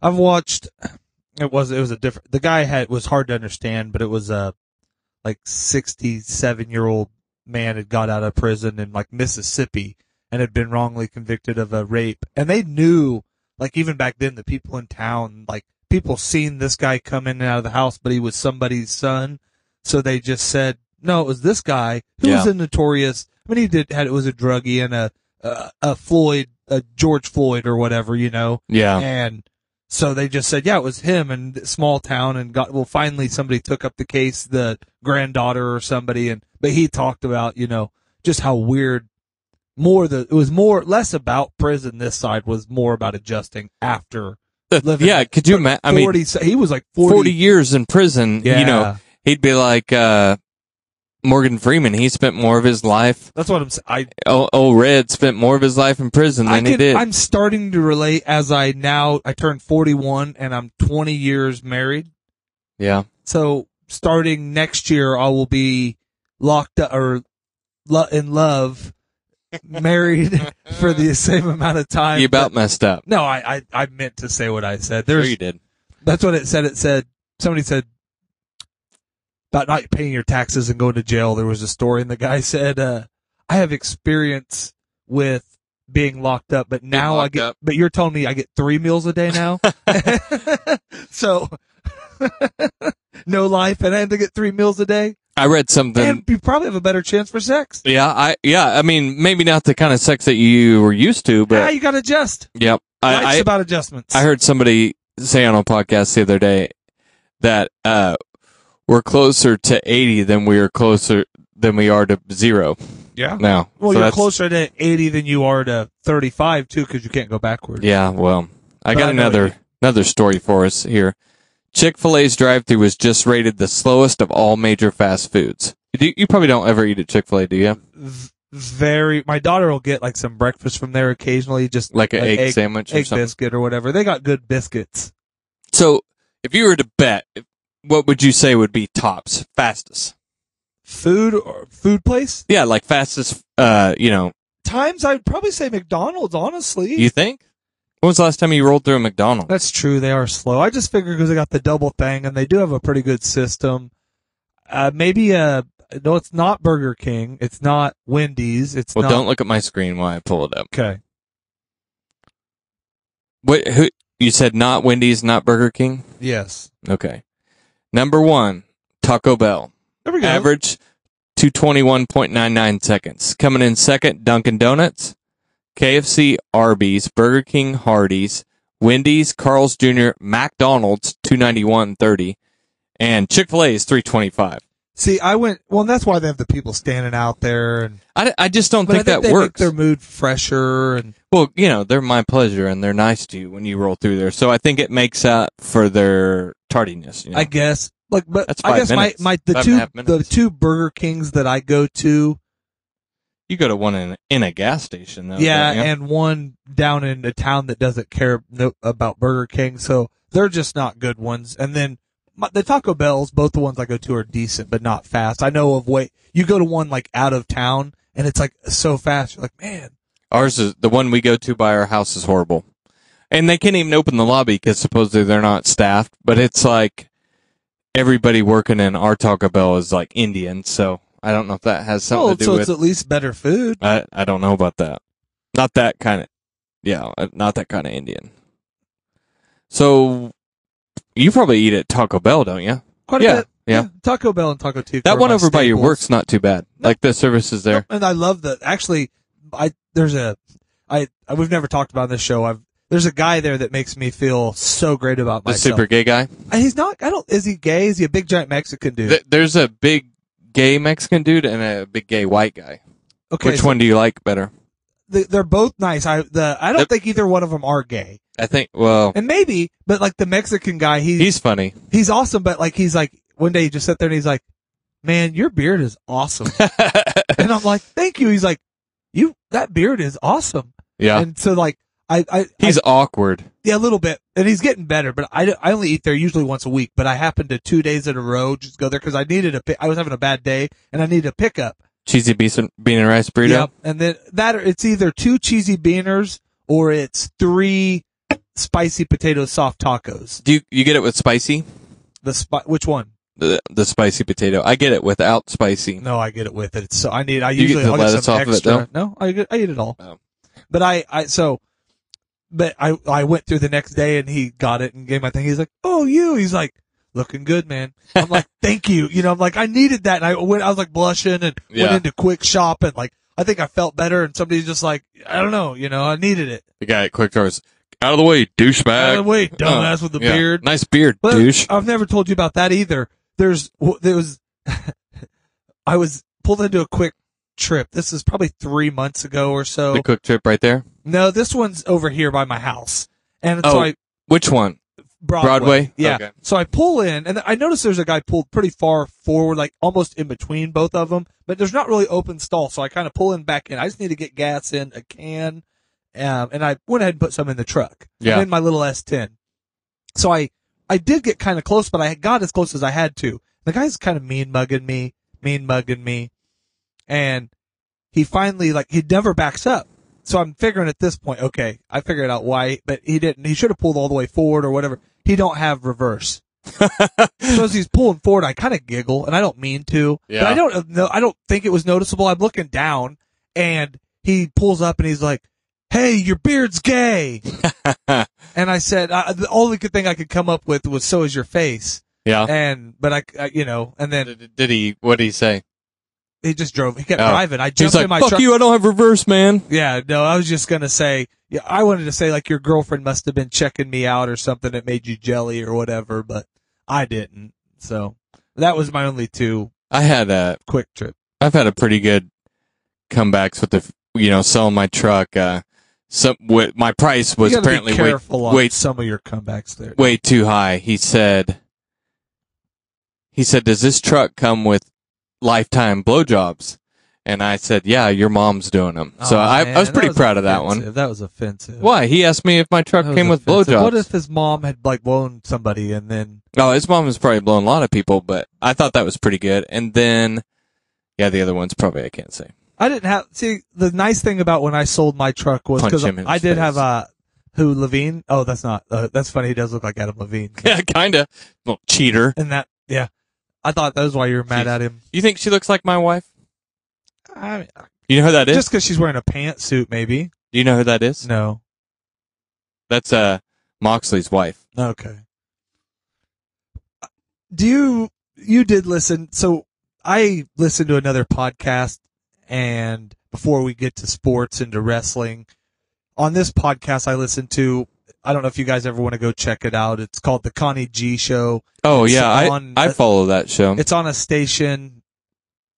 Speaker 7: I've watched. It was it was a different. The guy had was hard to understand, but it was a like sixty seven year old man had got out of prison in like Mississippi and had been wrongly convicted of a rape, and they knew like even back then the people in town like people seen this guy come in and out of the house, but he was somebody's son, so they just said no, it was this guy who was
Speaker 8: Yeah.
Speaker 7: a notorious. I mean, he did had it was a druggie and a a, a Floyd, a George Floyd or whatever, you know.
Speaker 8: yeah.
Speaker 7: And so they just said, yeah, it was him and th- small town and got, well, finally somebody took up the case, the granddaughter or somebody. And, but he talked about, you know, just how weird more the, it was more, less about prison. This side was more about adjusting after living.
Speaker 8: <laughs> yeah, could you imagine? I
Speaker 7: 40,
Speaker 8: mean,
Speaker 7: he was like 40.
Speaker 8: 40, years in prison,
Speaker 7: yeah.
Speaker 8: you know, he'd be like, uh, Morgan Freeman, he spent more of his life
Speaker 7: That's what I'm saying. I,
Speaker 8: Oh, old Red spent more of his life in prison
Speaker 7: I
Speaker 8: than he
Speaker 7: can-
Speaker 8: did.
Speaker 7: I'm starting to relate as I now, I turned 41 and I'm 20 years married.
Speaker 8: yeah.
Speaker 7: So
Speaker 8: <laughs>
Speaker 7: starting next year, I will be locked up or lo- in love married <laughs> for the same amount of time.
Speaker 8: You about messed up.
Speaker 7: No, I, I, I meant to say what I said.
Speaker 8: Sure
Speaker 7: There's,
Speaker 8: you did.
Speaker 7: That's what it said. It said somebody said about not paying your taxes and going to jail. There was a story, and the guy <laughs> said, uh, "I have experience with being locked up, but now I
Speaker 8: locked
Speaker 7: get.
Speaker 8: up.
Speaker 7: But you're telling me I get three meals a day
Speaker 8: <laughs>
Speaker 7: now. <laughs> so <laughs> no life, and I have to get three meals a day,
Speaker 8: I read something.
Speaker 7: and you probably have a better chance for sex.
Speaker 8: yeah, I yeah, I mean maybe not the kind of sex that you were used to,
Speaker 7: Yeah,
Speaker 8: but
Speaker 7: Ah, you got to adjust.
Speaker 8: yep.
Speaker 7: Life's
Speaker 8: I, I
Speaker 7: about adjustments.
Speaker 8: I heard somebody say on a podcast the other day that uh, we're closer to eighty than we are closer than we are to zero
Speaker 7: yeah.
Speaker 8: now.
Speaker 7: Well,
Speaker 8: So
Speaker 7: you're
Speaker 8: that's-
Speaker 7: closer to 80 than you are to 35 too, because you can't go backwards.
Speaker 8: Yeah, well, I
Speaker 7: But
Speaker 8: got
Speaker 7: I know
Speaker 8: another
Speaker 7: you-
Speaker 8: another story for us here. Chick Fil A's drive-through was just rated the slowest of all major fast foods. You, do- you probably don't ever eat at Chick Fil A, do you?
Speaker 7: V- very. My daughter will get like some breakfast from there occasionally, just
Speaker 8: Like an egg sandwich or
Speaker 7: egg
Speaker 8: something?
Speaker 7: biscuit or whatever. They got good biscuits.
Speaker 8: So, if you were to bet, if- what would you say would be tops fastest?
Speaker 7: Food or food place
Speaker 8: Yeah, like fastest. Uh, you know,
Speaker 7: times. I'd probably say McDonald's. Honestly,
Speaker 8: you think? When was the last time you rolled through a McDonald's?
Speaker 7: That's true. They are slow. I just figure because they got the double thing, and they do have a pretty good system. Uh, maybe uh, no, it's not Burger King. It's not Wendy's. It's
Speaker 8: Well,
Speaker 7: not.
Speaker 8: don't look at my screen while I pull it up.
Speaker 7: Okay.
Speaker 8: What? Who? You said not Wendy's, not Burger King.
Speaker 7: Yes.
Speaker 8: Okay. Number one, Taco Bell.
Speaker 7: There we go.
Speaker 8: Average 221.99 seconds. Coming in second, Dunkin' Donuts, KFC, Arby's, Burger King, Hardee's, Wendy's, Carl's Jr., McDonald's, 291.30, and Chick fil A is 325.
Speaker 7: See, I went. Well, and that's why they have the people standing out there, and
Speaker 8: I, d- I just don't
Speaker 7: but I
Speaker 8: think, that
Speaker 7: they
Speaker 8: works.
Speaker 7: make their mood fresher. And
Speaker 8: well, you know, they're my pleasure and they're nice to you when you roll through there. So I think it makes up for their tardiness. You know?
Speaker 7: I guess, like, but
Speaker 8: That's
Speaker 7: I
Speaker 8: five
Speaker 7: guess
Speaker 8: minutes.
Speaker 7: my my the
Speaker 8: Five and a
Speaker 7: two
Speaker 8: half minutes.
Speaker 7: the two Burger Kings that I go to,
Speaker 8: you go to one in, in a gas station, though.
Speaker 7: yeah,
Speaker 8: don't you?
Speaker 7: and one down in a town that doesn't care no, about Burger King, so they're just not good ones. And then my, the Taco Bells, both the ones I go to are decent, but not fast. I know of way you go to one like out of town, and it's like so fast. You're like, man,
Speaker 8: Ours is the one we go to by our house is horrible, and they can't even open the lobby because supposedly they're not staffed. But it's like everybody working in our Taco Bell is like Indian, so I don't know if that has something
Speaker 7: well,
Speaker 8: to do
Speaker 7: oh, so
Speaker 8: with.
Speaker 7: it's at least better food.
Speaker 8: I I don't know about that. Not that kind of, yeah, uh, not that kind of Indian. So you probably eat at Taco Bell, don't you?
Speaker 7: Quite a
Speaker 8: yeah,
Speaker 7: bit.
Speaker 8: yeah.
Speaker 7: Taco Bell and Taco Tuesday.
Speaker 8: That
Speaker 7: are
Speaker 8: one
Speaker 7: my
Speaker 8: over by your
Speaker 7: staples.
Speaker 8: work's not too bad.
Speaker 7: No.
Speaker 8: Like the service is there.
Speaker 7: And I love the actually I there's a I, I we've never talked about on this show. I've there's a guy there that makes me feel so great about
Speaker 8: The
Speaker 7: myself.
Speaker 8: super gay guy.
Speaker 7: And He's not I don't is he gay? Is he a big giant Mexican dude?
Speaker 8: Th- there's a big gay Mexican dude and a big gay white guy.
Speaker 7: okay.
Speaker 8: Which
Speaker 7: so
Speaker 8: one do you like better?
Speaker 7: the- they're both nice. I the I don't
Speaker 8: Yep.
Speaker 7: think either one of them are gay.
Speaker 8: I think. Well,
Speaker 7: And maybe but like the Mexican guy he, he's
Speaker 8: he's funny.
Speaker 7: he's awesome but like he's like one day he just sat there and he's like, "Man, your beard is
Speaker 8: <laughs>
Speaker 7: awesome." and I'm like, "Thank you." He's like, "You that beard is awesome."
Speaker 8: yeah,
Speaker 7: And so like I, I I
Speaker 8: he's awkward.
Speaker 7: Yeah, a little bit, and he's getting better. But I, I only eat there usually once a week. But I happened to two days in a row just go there because I needed a pi- I was having a bad day and I needed a pickup.
Speaker 8: Cheesy bean, bean and rice burrito.
Speaker 7: Yep. And then that it's either two cheesy beaners or it's three spicy potato soft tacos.
Speaker 8: Do you, you get it with spicy?
Speaker 7: The spi- which one?
Speaker 8: The, the spicy potato. I get it without spicy.
Speaker 7: No, I get it with it. So I need. I
Speaker 8: You get
Speaker 7: usually
Speaker 8: the
Speaker 7: I'll get
Speaker 8: lettuce
Speaker 7: some
Speaker 8: off of it,
Speaker 7: extra. no, I get, I eat it all.
Speaker 8: Oh.
Speaker 7: But I I so, but I I went through the next day and he got it and gave my thing. He's like, oh you. He's like. Looking good, man.
Speaker 8: <laughs>
Speaker 7: I'm like, thank you. You know, I'm like, I needed that. And I went, I was like blushing and went
Speaker 8: Yeah.
Speaker 7: into quick shop and like, I think I felt better. And somebody's just like, I don't know, you know, I needed it.
Speaker 8: The guy at Quick Doors. Out of the way, douchebag.
Speaker 7: Out of the way, dumbass with the
Speaker 8: Uh, yeah.
Speaker 7: beard.
Speaker 8: Nice beard,
Speaker 7: But
Speaker 8: douche.
Speaker 7: I've never told you about that either. There's w- there was <laughs> I was pulled into a quick trip. This is probably three months ago or so.
Speaker 8: The cook trip right there.
Speaker 7: no, this one's over here by my house, and
Speaker 8: Oh,
Speaker 7: so I
Speaker 8: which one?
Speaker 7: Broadway.
Speaker 8: Broadway?
Speaker 7: Yeah.
Speaker 8: Okay.
Speaker 7: So I pull in, and I notice there's a guy pulled pretty far forward, like almost in between both of them. But there's not really open stall, so I kind of pull in back in. I just need to get gas in a can, um, and I went ahead and put some in the truck.
Speaker 8: Yeah.
Speaker 7: In my little S10. So I I did get kind of close, but I got as close as I had to. The guy's kind of mean mugging me, mean mugging me, and he finally like he never backs up. So I'm figuring at this point, okay, I figured out why, but he didn't. He should have pulled all the way forward or whatever. He don't have reverse.
Speaker 8: <laughs>
Speaker 7: so as he's pulling forward, I kind of giggle, and I don't mean to.
Speaker 8: Yeah.
Speaker 7: But I don't know. I don't think it was noticeable. I'm looking down, and he pulls up, and he's like, "Hey, your beard's
Speaker 8: <laughs>
Speaker 7: gay." and I said, I, "The only good thing I could come up with was so is your face."
Speaker 8: Yeah.
Speaker 7: And but I, I you know, and then
Speaker 8: Uh-huh. Did, did he? What did he say?
Speaker 7: he just drove. He kept
Speaker 8: Oh.
Speaker 7: driving. I
Speaker 8: He's
Speaker 7: jumped
Speaker 8: like,
Speaker 7: in my
Speaker 8: "Fuck
Speaker 7: truck.
Speaker 8: you! I don't have reverse, man."
Speaker 7: Yeah, no, I was just gonna say. Yeah, I wanted to say like your girlfriend must have been checking me out or something that made you jelly or whatever, but I didn't. So that was my only two
Speaker 8: I had a
Speaker 7: quick trip.
Speaker 8: I've had a pretty good comebacks with the you know selling my truck. Uh, some wi- my price was
Speaker 7: you gotta
Speaker 8: apparently
Speaker 7: be
Speaker 8: way,
Speaker 7: careful on
Speaker 8: way
Speaker 7: some of your comebacks there.
Speaker 8: way too high. He said, he said, does this truck come with lifetime blowjobs? And I said, yeah, your mom's doing them. so
Speaker 7: Oh,
Speaker 8: I,
Speaker 7: man,
Speaker 8: I was pretty
Speaker 7: that
Speaker 8: proud of that
Speaker 7: offensive.
Speaker 8: one.
Speaker 7: That was offensive.
Speaker 8: Why? He asked me if my
Speaker 7: That
Speaker 8: truck
Speaker 7: was
Speaker 8: came with
Speaker 7: offensive.
Speaker 8: blowjobs.
Speaker 7: What if his mom had like blown somebody and then
Speaker 8: oh, his mom has probably blown a lot of people, but I thought that was pretty good. And then, yeah, the other one's probably I can't say. <laughs>
Speaker 7: I didn't have. See, the nice thing about when I sold my truck was
Speaker 8: Punch
Speaker 7: because
Speaker 8: him in
Speaker 7: I
Speaker 8: his
Speaker 7: did
Speaker 8: face.
Speaker 7: have uh, who Levine. Oh, that's not. Uh, that's funny. He does look like Adam Levine.
Speaker 8: Yeah, kinda. Little cheater.
Speaker 7: and that, yeah, I thought that was why you were mad
Speaker 8: Jeez.
Speaker 7: at him.
Speaker 8: You think she looks like my wife?
Speaker 7: I mean,
Speaker 8: You know who that is?
Speaker 7: just because she's wearing a pantsuit, maybe.
Speaker 8: Do you know who that is?
Speaker 7: No.
Speaker 8: That's uh Moxley's wife.
Speaker 7: Okay. Do you you did listen? So I listened to another podcast, and before we get to sports and to wrestling, on this podcast I listened to. I don't know if you guys ever want to go check it out. It's called the Connie G Show.
Speaker 8: Oh
Speaker 7: It's
Speaker 8: yeah,
Speaker 7: on-
Speaker 8: I I follow that show.
Speaker 7: It's on a station,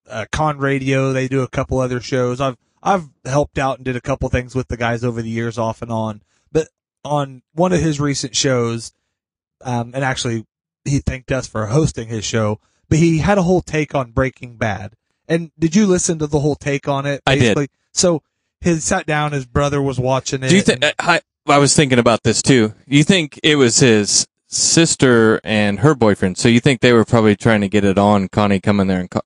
Speaker 7: uh, Con Radio. They do a couple other shows. I've I've helped out and did a couple things with the guys over the years, off and on. But on one of his recent shows, um, and actually he thanked us for hosting his show. But he had a whole take on Breaking Bad. And did you listen to the whole take on it?
Speaker 8: I did.
Speaker 7: So he sat down. His brother was watching it.
Speaker 8: Do you uh, think
Speaker 7: and-
Speaker 8: I I was thinking about this too. You think it was his sister and her boyfriend. So you think they were probably trying to get it on Connie coming there and co-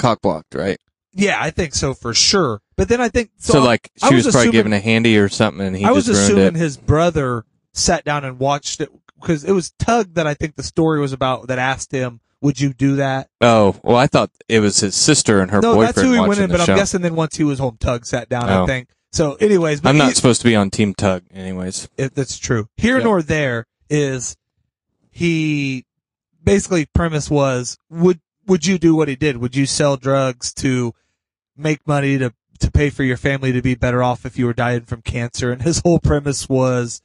Speaker 8: cockblocked, right?
Speaker 7: yeah, I think so for sure. But then I think
Speaker 8: So,
Speaker 7: so. I-
Speaker 8: like she
Speaker 7: I
Speaker 8: was,
Speaker 7: was
Speaker 8: probably
Speaker 7: assuming-
Speaker 8: giving a handy or something and he
Speaker 7: I was
Speaker 8: just ruined
Speaker 7: assuming
Speaker 8: it.
Speaker 7: his brother sat down and watched it because it was Tug that I think the story was about that asked him, "Would you do that?"
Speaker 8: Oh, well I thought it was his sister and her
Speaker 7: no,
Speaker 8: boyfriend
Speaker 7: that's who he
Speaker 8: watching
Speaker 7: went in.
Speaker 8: the
Speaker 7: But
Speaker 8: show.
Speaker 7: I'm guessing then once he was home, Tug sat down. I
Speaker 8: Oh.
Speaker 7: think so. Anyways, but
Speaker 8: I'm
Speaker 7: he-
Speaker 8: not supposed to be on Team Tug anyways.
Speaker 7: if that's true. Here
Speaker 8: Yeah.
Speaker 7: nor there is he basically premise was would would you do what he did? Would you sell drugs to make money to to pay for your family to be better off if you were dying from cancer? And his whole premise was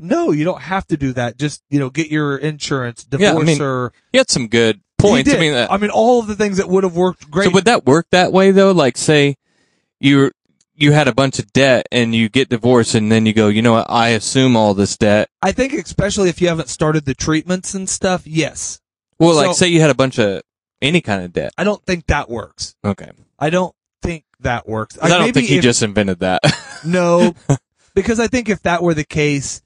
Speaker 7: no, you don't have to do that. Just you know, get your insurance,
Speaker 8: Yeah, I
Speaker 7: divorce
Speaker 8: mean,
Speaker 7: or
Speaker 8: He had some good
Speaker 7: He
Speaker 8: points. I
Speaker 7: did.
Speaker 8: mean uh, that,
Speaker 7: I mean, all of the things that would have worked great.
Speaker 8: So would that work that way though? Like say you you had a bunch of debt and you get divorced and then you go, you know what, I assume all this debt.
Speaker 7: I think especially if you haven't started the treatments and stuff. Yes,
Speaker 8: Well, like
Speaker 7: So-
Speaker 8: say you had a bunch of any kind of debt.
Speaker 7: I don't think that works.
Speaker 8: Okay. 'Cause
Speaker 7: I don't think that works.
Speaker 8: I, don't
Speaker 7: maybe
Speaker 8: think he
Speaker 7: if-
Speaker 8: just invented that.
Speaker 7: <laughs>
Speaker 8: <laughs>
Speaker 7: No, because I think if that were the case,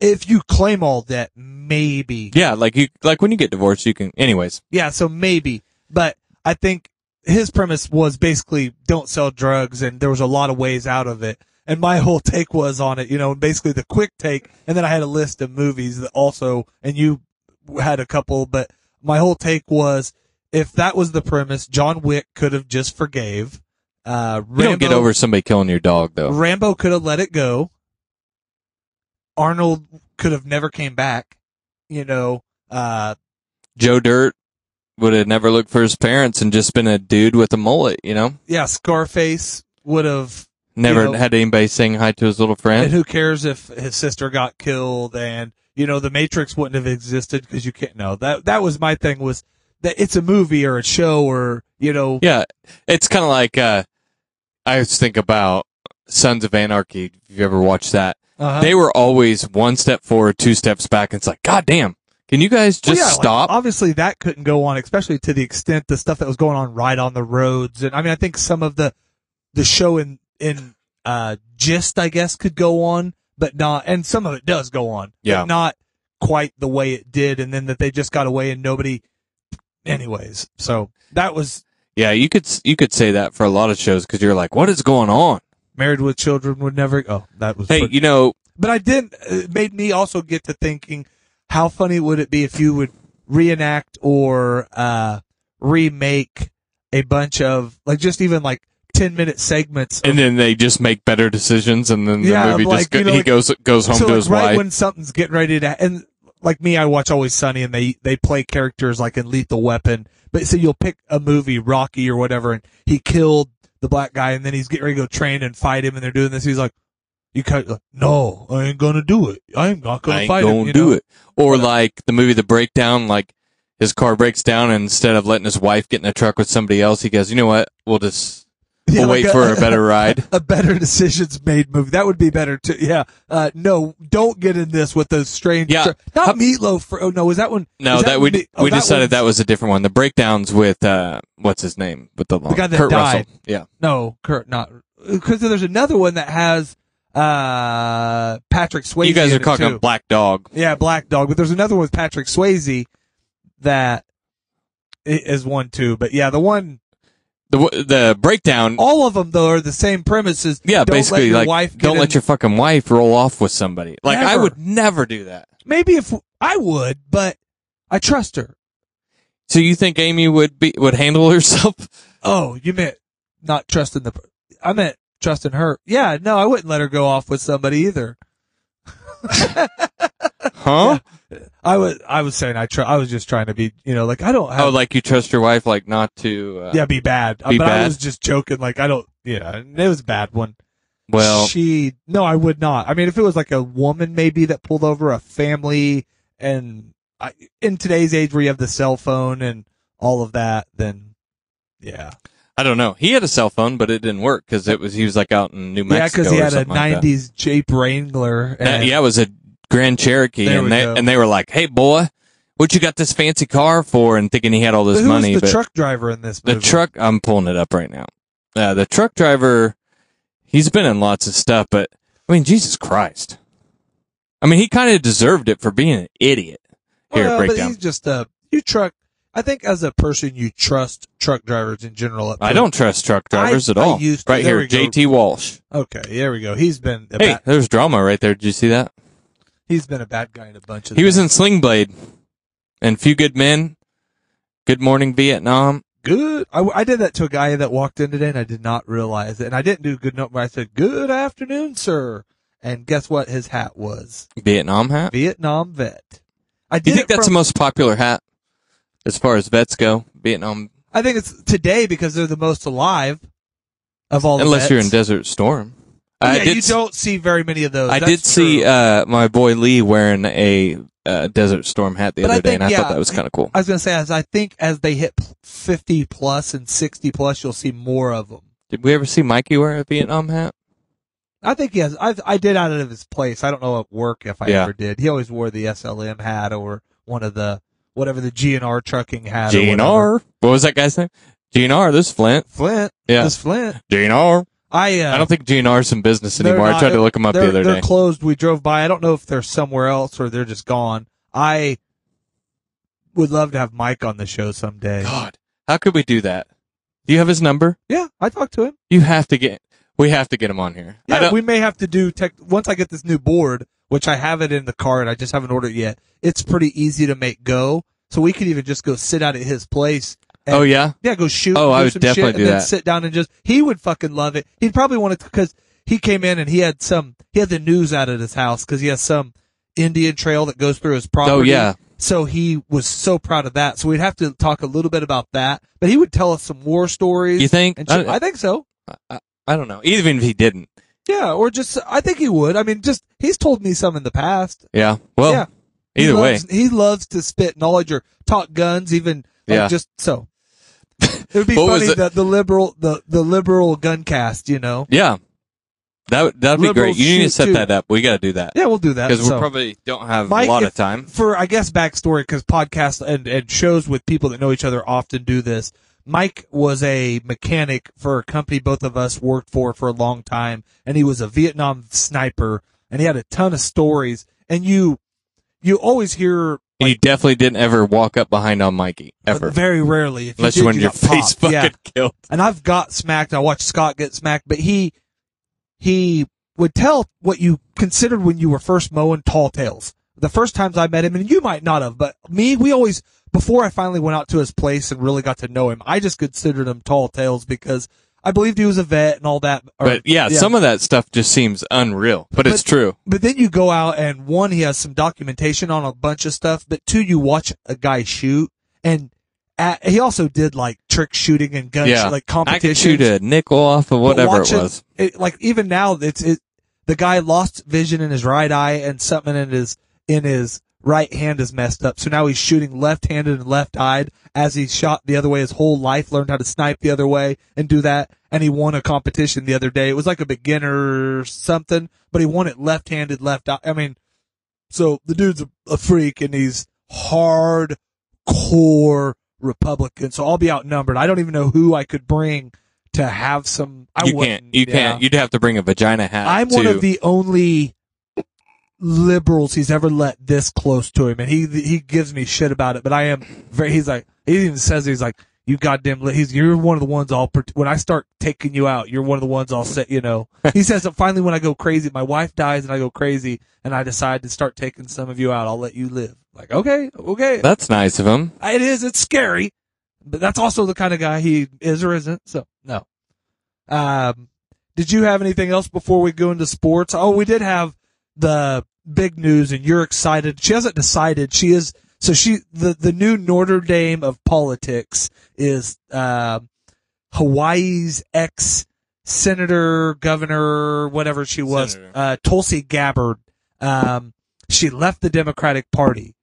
Speaker 7: if you claim all debt, maybe.
Speaker 8: yeah, like you like when you get divorced you can anyways.
Speaker 7: Yeah, so maybe. But I think his premise was basically don't sell drugs and there was a lot of ways out of it. And my <laughs> whole take was on it, you know, basically the quick take. And then I had a list of movies that also, and you had a couple, but my whole take was if that was the premise, John Wick could have just forgave. Uh,
Speaker 8: You don't get
Speaker 7: Rambo-
Speaker 8: over somebody killing your dog though.
Speaker 7: Rambo could have let it go. Arnold could have never came back. You know, uh,
Speaker 8: Joe Dirt would have never looked for his parents and just been a dude with a mullet, you know?
Speaker 7: yeah, Scarface would have,
Speaker 8: Never
Speaker 7: You know-
Speaker 8: had anybody saying hi to his little
Speaker 7: and
Speaker 8: friend.
Speaker 7: who cares if his sister got killed and, you know, the Matrix wouldn't have existed because you can't know that, that was my thing was that it's a movie or a show or, you know,
Speaker 8: Yeah, it's kind of like uh, I always think about Sons of Anarchy. If you ever watched that,
Speaker 7: uh-huh.
Speaker 8: they were always one step forward, two steps back. It's like, God damn, can you guys
Speaker 7: Well,
Speaker 8: just
Speaker 7: yeah, like,
Speaker 8: stop?
Speaker 7: obviously, that couldn't go on, especially to the extent the stuff that was going on right on the roads. And I mean, I think some of the the show in in uh, gist, I guess, could go on, but not. And some of it does go on,
Speaker 8: Yeah.
Speaker 7: but not quite the way it did. And then that they just got away and nobody, anyways. So that was
Speaker 8: Yeah, you could s- you could say that for a lot of shows because you're like, what is going on?
Speaker 7: Married with Children would never. Oh, that was.
Speaker 8: Hey,
Speaker 7: but,
Speaker 8: you know,
Speaker 7: but I didn't. It made me also get to thinking, how funny would it be if you would reenact or uh, remake a bunch of like just even like ten minute segments.
Speaker 8: and then they just make better decisions, and then the
Speaker 7: Yeah,
Speaker 8: movie
Speaker 7: like,
Speaker 8: just go,
Speaker 7: you know,
Speaker 8: he
Speaker 7: like-
Speaker 8: goes goes home
Speaker 7: so
Speaker 8: to
Speaker 7: like
Speaker 8: his
Speaker 7: right
Speaker 8: wife.
Speaker 7: when something's getting ready to and like me, I watch Always Sunny, and they they play characters like in Lethal Weapon. But so you'll pick a movie, Rocky or whatever, and he killed the black guy, and then he's getting ready to go train and fight him, and they're doing this. He's like, "You cut, no, I ain't gonna do it. I am not gonna
Speaker 8: I ain't
Speaker 7: fight
Speaker 8: gonna
Speaker 7: him." you
Speaker 8: do
Speaker 7: know?
Speaker 8: it. Or like the movie The Breakdown, like his car breaks down, and instead of letting his wife get in a truck with somebody else, he goes, you know what? We'll just
Speaker 7: <laughs> Yeah,
Speaker 8: we'll
Speaker 7: like
Speaker 8: wait
Speaker 7: <laughs>
Speaker 8: for a better ride.
Speaker 7: a better decisions made movie. That would be better too. Yeah. Uh, no, don't get in this with those strange.
Speaker 8: Yeah.
Speaker 7: Not
Speaker 8: How-
Speaker 7: meatloaf. For, oh no, was that one?
Speaker 8: No,
Speaker 7: was
Speaker 8: that, we
Speaker 7: me- oh,
Speaker 8: we decided
Speaker 7: one's-
Speaker 8: that was a different one. The breakdowns with uh, what's his name with the long
Speaker 7: guy that
Speaker 8: Kurt
Speaker 7: died.
Speaker 8: Russell. Yeah,
Speaker 7: No, Kurt, not because there's another one that has uh Patrick Swayze.
Speaker 8: you guys
Speaker 7: in
Speaker 8: are
Speaker 7: it,
Speaker 8: talking
Speaker 7: too.
Speaker 8: Black Dog.
Speaker 7: Yeah, Black Dog. But there's another one with Patrick Swayze that i- is one too. But yeah, the one
Speaker 8: The w- the breakdown.
Speaker 7: all of them though are the same premises.
Speaker 8: yeah,
Speaker 7: Don't let
Speaker 8: basically
Speaker 7: your
Speaker 8: like
Speaker 7: wife get
Speaker 8: don't
Speaker 7: in-
Speaker 8: let your fucking wife roll off with somebody. Like I
Speaker 7: Never.
Speaker 8: would never do that.
Speaker 7: maybe if I would, but I trust her.
Speaker 8: So you think Amy would be would handle <laughs> herself?
Speaker 7: Oh, you meant not trusting the. I meant trusting her. Yeah, no, I wouldn't let her go off with somebody either.
Speaker 8: Huh?
Speaker 7: I was, I was saying I try. I was just trying to be, you know, like I don't have,
Speaker 8: Oh, like you trust your wife like not to uh,
Speaker 7: yeah, be bad.
Speaker 8: Be
Speaker 7: but I
Speaker 8: bad?
Speaker 7: was just joking. Like I don't, yeah, and it was a bad one.
Speaker 8: well
Speaker 7: she, no, I would not. I mean, if it was like a woman maybe that pulled over a family, and I, in today's age where you have the cell phone and all of that, then yeah,
Speaker 8: I don't know. He had a cell phone, but it didn't work because it was he was like out in New
Speaker 7: yeah,
Speaker 8: Mexico.
Speaker 7: because he
Speaker 8: or
Speaker 7: had a
Speaker 8: something like that.
Speaker 7: '90s Jeep Wrangler.
Speaker 8: That-
Speaker 7: And,
Speaker 8: yeah, it was a Grand Cherokee,
Speaker 7: There we
Speaker 8: and they
Speaker 7: go.
Speaker 8: and they were like, "Hey, boy, what you got this fancy car for?" And thinking he had all this
Speaker 7: who
Speaker 8: money,
Speaker 7: was the
Speaker 8: but
Speaker 7: truck driver in this?
Speaker 8: the
Speaker 7: movie?
Speaker 8: truck. I'm pulling it up right now. Uh, the truck driver, he's been in lots of stuff, but I mean, Jesus Christ, I mean, he kind of deserved it for being an idiot. Here,
Speaker 7: Well, but
Speaker 8: breakdown.
Speaker 7: he's just a you truck. I think as a person, you trust truck drivers in general. Up
Speaker 8: I
Speaker 7: to-
Speaker 8: don't trust truck drivers
Speaker 7: I-
Speaker 8: at
Speaker 7: I
Speaker 8: all. Right
Speaker 7: used to- there
Speaker 8: here,
Speaker 7: we go.
Speaker 8: JT Walsh.
Speaker 7: Okay, there we go. He's been a
Speaker 8: Hey,
Speaker 7: bad,
Speaker 8: there's drama right there. Did you see that?
Speaker 7: he's been a bad guy in a bunch of.
Speaker 8: He was in
Speaker 7: things.
Speaker 8: Sling Blade and Few Good Men. Good Morning Vietnam.
Speaker 7: good. I, I did that to a guy that walked in today, and I did not realize it. And I didn't do a good note, but I said, "Good afternoon, sir." And guess what? His hat was
Speaker 8: Vietnam hat.
Speaker 7: Vietnam vet. I
Speaker 8: Do
Speaker 7: did
Speaker 8: you think
Speaker 7: it
Speaker 8: that's
Speaker 7: from-
Speaker 8: the most popular hat as far as vets go? Vietnam,
Speaker 7: I think it's today because they're the most alive of all. the
Speaker 8: unless you're in
Speaker 7: vets. Oh,
Speaker 8: Desert Storm. I
Speaker 7: yeah,
Speaker 8: did.
Speaker 7: you
Speaker 8: s-
Speaker 7: don't see very many of those.
Speaker 8: I
Speaker 7: That's
Speaker 8: did see
Speaker 7: true.
Speaker 8: uh, my boy Lee wearing a uh, Desert Storm hat the
Speaker 7: But I
Speaker 8: other day,
Speaker 7: think,
Speaker 8: and I
Speaker 7: yeah,
Speaker 8: thought that was kind of cool.
Speaker 7: I was gonna say, as I think as they hit p- fifty plus and sixty plus, you'll see more of them.
Speaker 8: Did we ever see Mikey wear a Vietnam hat?
Speaker 7: I think he has. I I did out of his place. I don't know at work if I
Speaker 8: Yeah.
Speaker 7: ever did. He always wore the SLM hat or one of the whatever the GNR trucking hat. or whatever.
Speaker 8: GNR. What was that guy's name? GNR. This is Flint.
Speaker 7: Flint.
Speaker 8: Yeah.
Speaker 7: this Flint.
Speaker 8: GNR.
Speaker 7: I uh,
Speaker 8: I don't think GNR's in business
Speaker 7: they're
Speaker 8: anymore. I
Speaker 7: not-
Speaker 8: tried to look him up the
Speaker 7: they're-
Speaker 8: other
Speaker 7: they're
Speaker 8: day.
Speaker 7: closed. We drove by. I don't know if they're somewhere else or they're just gone. I would love to have Mike on the show someday.
Speaker 8: God, how could we do that? Do you have his number?
Speaker 7: Yeah, I talked to him.
Speaker 8: You have to get. We have to get him on here. I
Speaker 7: Yeah,
Speaker 8: don't-
Speaker 7: we may have to do tech once I get this new board, which I have it in the car and I just haven't ordered it yet. It's pretty easy to make go, so we could even just go sit out at his place. And,
Speaker 8: oh yeah.
Speaker 7: yeah, go shoot.
Speaker 8: Oh,
Speaker 7: do
Speaker 8: I would
Speaker 7: some
Speaker 8: definitely
Speaker 7: shit,
Speaker 8: do
Speaker 7: and then
Speaker 8: that.
Speaker 7: Sit down and just he would fucking love it. He'd probably want to because he came in and he had some he had the news out at his house because he has some Indian trail that goes through his property.
Speaker 8: Oh, yeah.
Speaker 7: So he was so proud of that. So we'd have to talk a little bit about that, but he would tell us some war stories.
Speaker 8: You think?
Speaker 7: And shit.
Speaker 8: I-
Speaker 7: I think so.
Speaker 8: I don't know. Even if he didn't.
Speaker 7: Yeah, or just I think he would. I mean, just he's told me some in the past.
Speaker 8: Yeah. Well,
Speaker 7: yeah, He
Speaker 8: either way.
Speaker 7: loves- he loves to spit knowledge or talk guns, even like,
Speaker 8: Yeah.
Speaker 7: just
Speaker 8: <laughs>
Speaker 7: so. It would be
Speaker 8: What was
Speaker 7: funny
Speaker 8: it?
Speaker 7: that the liberal the the liberal gun cast, you know.
Speaker 8: Yeah. That would- that'd be
Speaker 7: Liberals
Speaker 8: great. You need to
Speaker 7: shoot,
Speaker 8: set
Speaker 7: too.
Speaker 8: that up. We got to do that
Speaker 7: Yeah, we'll do that
Speaker 8: because
Speaker 7: so.
Speaker 8: we probably don't have
Speaker 7: Mike,
Speaker 8: a lot
Speaker 7: if-
Speaker 8: of time.
Speaker 7: for I guess backstory because podcasts and and shows with people that know each other often do this. Mike was a mechanic for a company both of us worked for for a long time, and he was a Vietnam sniper, and he had a ton of stories. And you you always hear
Speaker 8: And you definitely didn't ever walk up behind on Mikey ever,
Speaker 7: Very rarely. If
Speaker 8: unless
Speaker 7: did,
Speaker 8: you wanted your <laughs>
Speaker 7: got popped.
Speaker 8: face fucking
Speaker 7: Yeah.
Speaker 8: killed.
Speaker 7: and I've got smacked. I watched Scott get smacked, but he he would tell what you considered when you were first mowing tall tales. The first times I met him, and you might not have, but me, we always before I finally went out to his place and really got to know him, I just considered him tall tales because I believed he was a vet and all that. or-
Speaker 8: But yeah, some of that stuff just seems unreal, but, it's
Speaker 7: But-
Speaker 8: true.
Speaker 7: But then you go out and one, he has some documentation on a bunch of stuff. But two, you watch a guy shoot, and at, he also did like trick shooting and gun
Speaker 8: Yeah,
Speaker 7: sh- like
Speaker 8: I could
Speaker 7: competitions.
Speaker 8: shoot a nickel off of
Speaker 7: But
Speaker 8: whatever it
Speaker 7: watching-
Speaker 8: was.
Speaker 7: it- like even now, it's it. The guy lost vision in his right eye, and something in his in his right hand is messed up. So now he's shooting left-handed and left-eyed as he shot the other way his whole life. Learned how to snipe the other way and do that, and he won a competition the other day. It was like a beginner or something, but he won it left-handed, left eye. I mean, so the dude's a, a freak, and he's hardcore Republican. So I'll be outnumbered. I don't even know who I could bring to have some. I
Speaker 8: you can't.
Speaker 7: wouldn't,
Speaker 8: You
Speaker 7: yeah.
Speaker 8: can't. You'd have to bring a vagina hat.
Speaker 7: I'm one
Speaker 8: to-
Speaker 7: of the only liberals he's ever let this close to him, and he he gives me shit about it. But I am very. He's like he even says he's like you goddamn. Li-. He's you're one of the ones I'll pr- when I start taking you out. You're one of the ones I'll set. You know. he says that finally when I go crazy, my wife dies and I go crazy, and I decide to start taking some of you out. I'll let you live. Like okay, okay,
Speaker 8: That's nice of him.
Speaker 7: it is. It's scary, but that's also the kind of guy he is or isn't. So no. Um, did you have anything else before we go into sports? Oh, we did have the big news, and you're excited. She hasn't decided. She is so she the the new Notre Dame of politics is um Hawaii's ex senator, governor, whatever she was,
Speaker 8: Senator.
Speaker 7: uh, Tulsi Gabbard. Um, she left the Democratic Party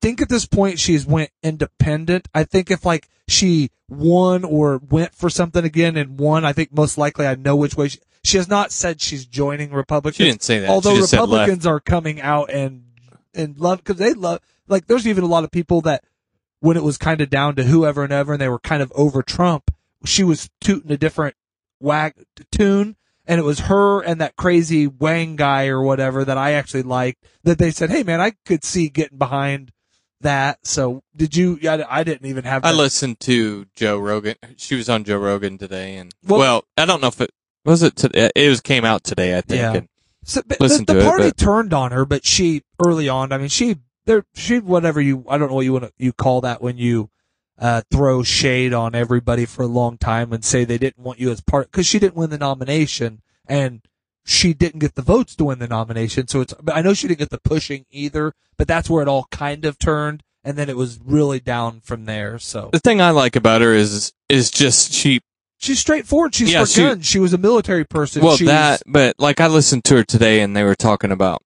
Speaker 7: think at this point she's went independent. I think if like she won or went for something again and won, I think most likely I know which way she, she has not said she's joining Republicans.
Speaker 8: She didn't say that. She
Speaker 7: Although
Speaker 8: just said left.
Speaker 7: Republicans are coming out and and love because they love like there's even a lot of people that when it was kind of down to whoever and ever and they were kind of over Trump, she was tooting a different wag tune and it was her and that crazy Wang guy or whatever that I actually liked that they said, "Hey man, I could see getting behind that." So did you? I, I didn't even have.
Speaker 8: I
Speaker 7: that.
Speaker 8: listened to Joe Rogan. She was on Joe Rogan today, and
Speaker 7: Well-
Speaker 8: well, I don't know if it was it today. It was came out today, I think.
Speaker 7: Yeah.
Speaker 8: and
Speaker 7: So, but
Speaker 8: listen
Speaker 7: the, the
Speaker 8: to it,
Speaker 7: party
Speaker 8: but-
Speaker 7: turned on her, but she early on. I mean, she there she whatever you I don't know what you want to you call that when you uh, throw shade on everybody for a long time and say they didn't want you as part because she didn't win the nomination and she didn't get the votes to win the nomination. So it's but I know she didn't get the pushing either, but that's where it all kind of turned, and then it was really down from there. So
Speaker 8: the thing I like about her is is just she.
Speaker 7: she's straightforward. She's
Speaker 8: Yeah,
Speaker 7: for
Speaker 8: she-
Speaker 7: guns. She was a military person.
Speaker 8: Well,
Speaker 7: She's-
Speaker 8: that but like I listened to her today, and they were talking about